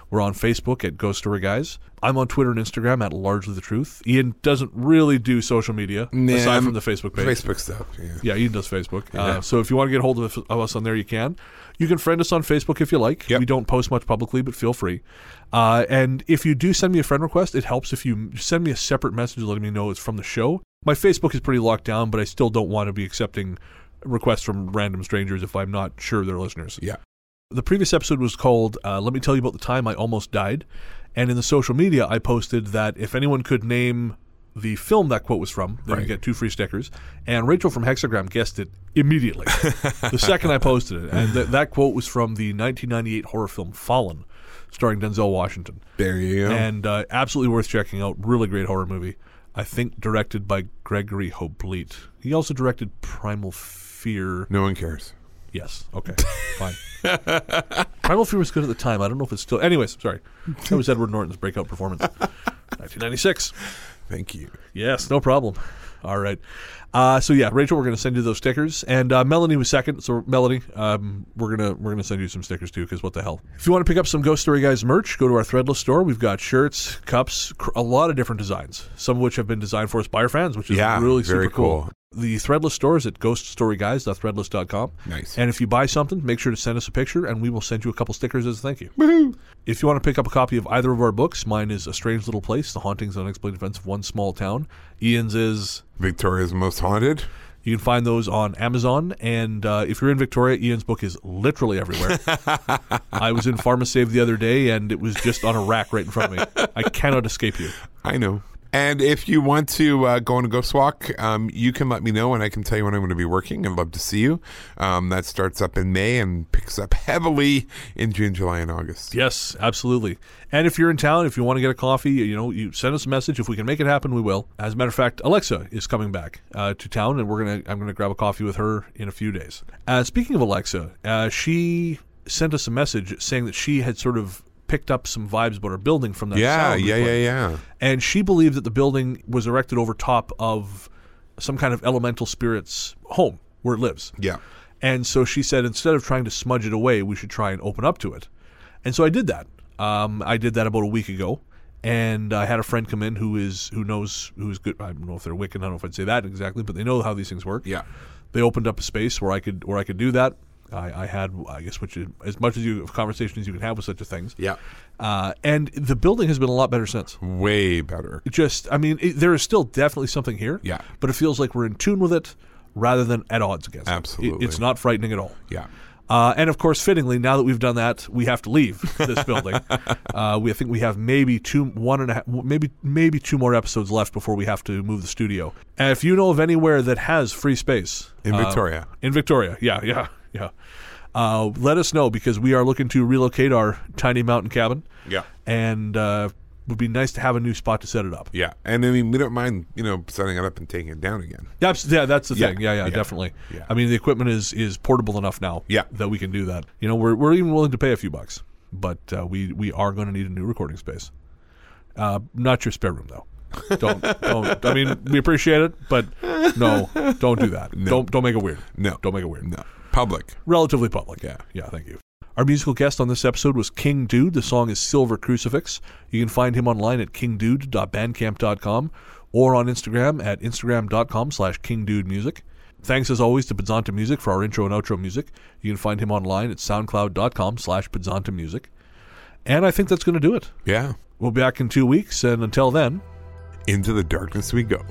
We're on Facebook at Ghost Story Guys. I'm on Twitter and Instagram at Largely the Truth. Ian doesn't really do social media aside
I'm-
from the Facebook page.
Facebook stuff. Yeah.
Yeah, Ian does Facebook. Uh, so if you want to get a hold of, of us on there, you can. You can friend us on Facebook if you like.
Yep.
We don't post much publicly, but feel free. Uh, and if you do send me a friend request, it helps if you m- send me a separate message letting me know it's from the show. My Facebook is pretty locked down, but I still don't want to be accepting requests from random strangers if I'm not sure they're listeners.
Yeah.
The previous episode was called uh, Let Me Tell You About the Time I Almost Died. And in the social media, I posted that if anyone could name the film that quote was from, they would
Right.
get two free stickers. And Rachel from Hexagram guessed it immediately the second I posted it. And th- that quote was from the 1998 horror film Fallen, starring Denzel Washington.
There you go.
And uh, absolutely worth checking out. Really great horror movie. I think directed by Gregory Hoblit. He also directed Primal Fear.
no one cares.
Yes. Okay. Fine. Primal Fear was good at the time. I don't know if it's still. Anyways, sorry. That was Edward Norton's breakout performance, 1996.
Thank you.
Yes, no problem. All right. Uh, so yeah, Rachel, we're going to send you those stickers, and uh, Melanie was second. So Melanie, um, we're gonna we're gonna send you some stickers too, because what the hell? If you want to pick up some Ghost Story Guys merch, go to our Threadless store. We've got shirts, cups, cr- a lot of different designs, some of which have been designed for us by our fans, which is
Yeah,
really
very
super cool.
cool.
The Threadless store is at ghoststoryguys.threadless.com.
Nice.
And if you buy something, make sure to send us a picture, and we will send you a couple stickers as a thank you. If you want to pick up a copy of either of our books, mine is A Strange Little Place, The Hauntings and Unexplained Events of One Small Town. Ian's is.
Victoria's Most Haunted.
You can find those on Amazon. And uh, if you're in Victoria, Ian's book is literally everywhere. I was in PharmaSave the other day, and it was just on a rack right in front of me. I cannot escape you.
I know. And if you want to uh, go on a ghost walk, um, you can let me know and I can tell you when I'm going to be working. I'd love to see you. Um, that starts up in May and picks up heavily in June, July, and August.
Yes, absolutely. And if you're in town, if you want to get a coffee, you know, you send us a message. If we can make it happen, we will. As a matter of fact, Alexa is coming back uh, to town, and we're gonna I'm gonna grab a coffee with her in a few days. Uh, speaking of Alexa, uh, she sent us a message saying that she had sort of picked up some vibes about our building from that.
Yeah,
sound we
yeah,
played.
yeah, yeah.
And she believed that the building was erected over top of some kind of elemental spirit's home where it lives.
Yeah.
And so she said, instead of trying to smudge it away, we should try and open up to it. And so I did that. Um, I did that about a week ago, and I had a friend come in who is who knows who is good. I don't know if they're Wiccan. I don't know if I'd say that exactly, but they know how these things work.
Yeah.
They opened up a space where I could where I could do that. I, I had I guess which is, as much as you of conversations you can have with such a things.
Yeah.
Uh, and the building has been a lot better since
Way better.
just I mean it, there is still definitely something here.
Yeah.
But it feels like we're in tune with it rather than at odds against it. It-
Absolutely.
it's not frightening at all.
Yeah.
Uh, and of course, fittingly, now that we've done that, we have to leave this building. uh, we I think we have maybe two, one and a half, maybe maybe two more episodes left before we have to move the studio. And if you know of anywhere that has free space
In
uh,
Victoria.
in Victoria, yeah, yeah, yeah, uh, let us know because we are looking to relocate our tiny mountain cabin.
Yeah.
and uh, would be nice to have a new spot to set it up.
Yeah. And I mean, we don't mind, you know, setting it up and taking it down again.
That's yeah, that's the
Yeah,
thing. Yeah, yeah,
yeah,
definitely.
yeah.
I mean, the equipment is is portable enough now.
Yeah.
that we can do that. You know, we're we're even willing to pay a few bucks, but uh, we we are going to need a new recording space. Uh, not your spare room though. Don't don't. I mean, we appreciate it, but no, don't do that. Don't don't make it weird.
No.
don't make it weird.
No. Public.
Relatively public. Yeah, yeah. Thank you. Our musical guest on this episode was King Dude. The song is Silver Crucifix. You can find him online at kingdude.bandcamp.com or on Instagram at instagram.com slash kingdudemusic. Thanks as always to Pizzanta Music for our intro and outro music. You can find him online at soundcloud.com slash Pizzanta Music. And I think that's going to do it.
Yeah.
We'll be back in two weeks, and until then,
Into the darkness we go.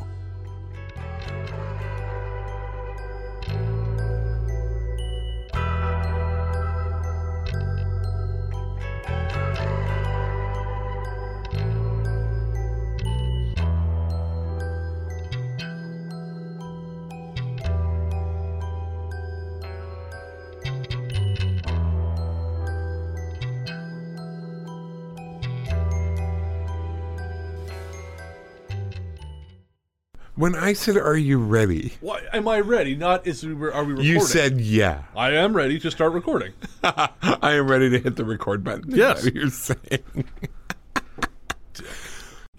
When I said, Are you ready?
why, am I ready? Not is we were, are we recording?
You said, Yeah.
I am ready to start recording.
I am ready to hit the record button. Is
Yes.
that what You're saying.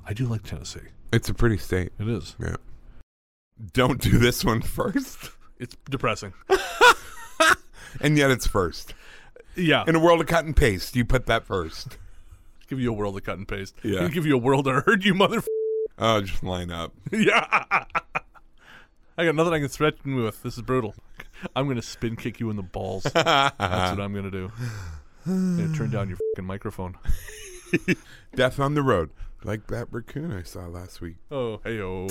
I do like Tennessee.
It's a pretty state.
It is.
Yeah. Don't do this one first.
It's depressing.
And yet it's first.
Yeah.
In a world of cut and paste, you put that first.
give you a world of cut and paste.
Yeah.
Give you a world of heard you mother.
Oh, just line up.
yeah. I got nothing I can threaten you with. This is brutal. I'm gonna spin kick you in the balls. That's what I'm gonna do. Yeah, turn down your fucking microphone.
Death on the road. Like that raccoon I saw last week.
Oh, hey oh.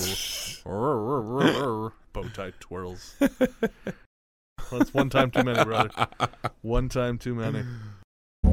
Bow tie twirls. That's one time too many, brother. One time too many.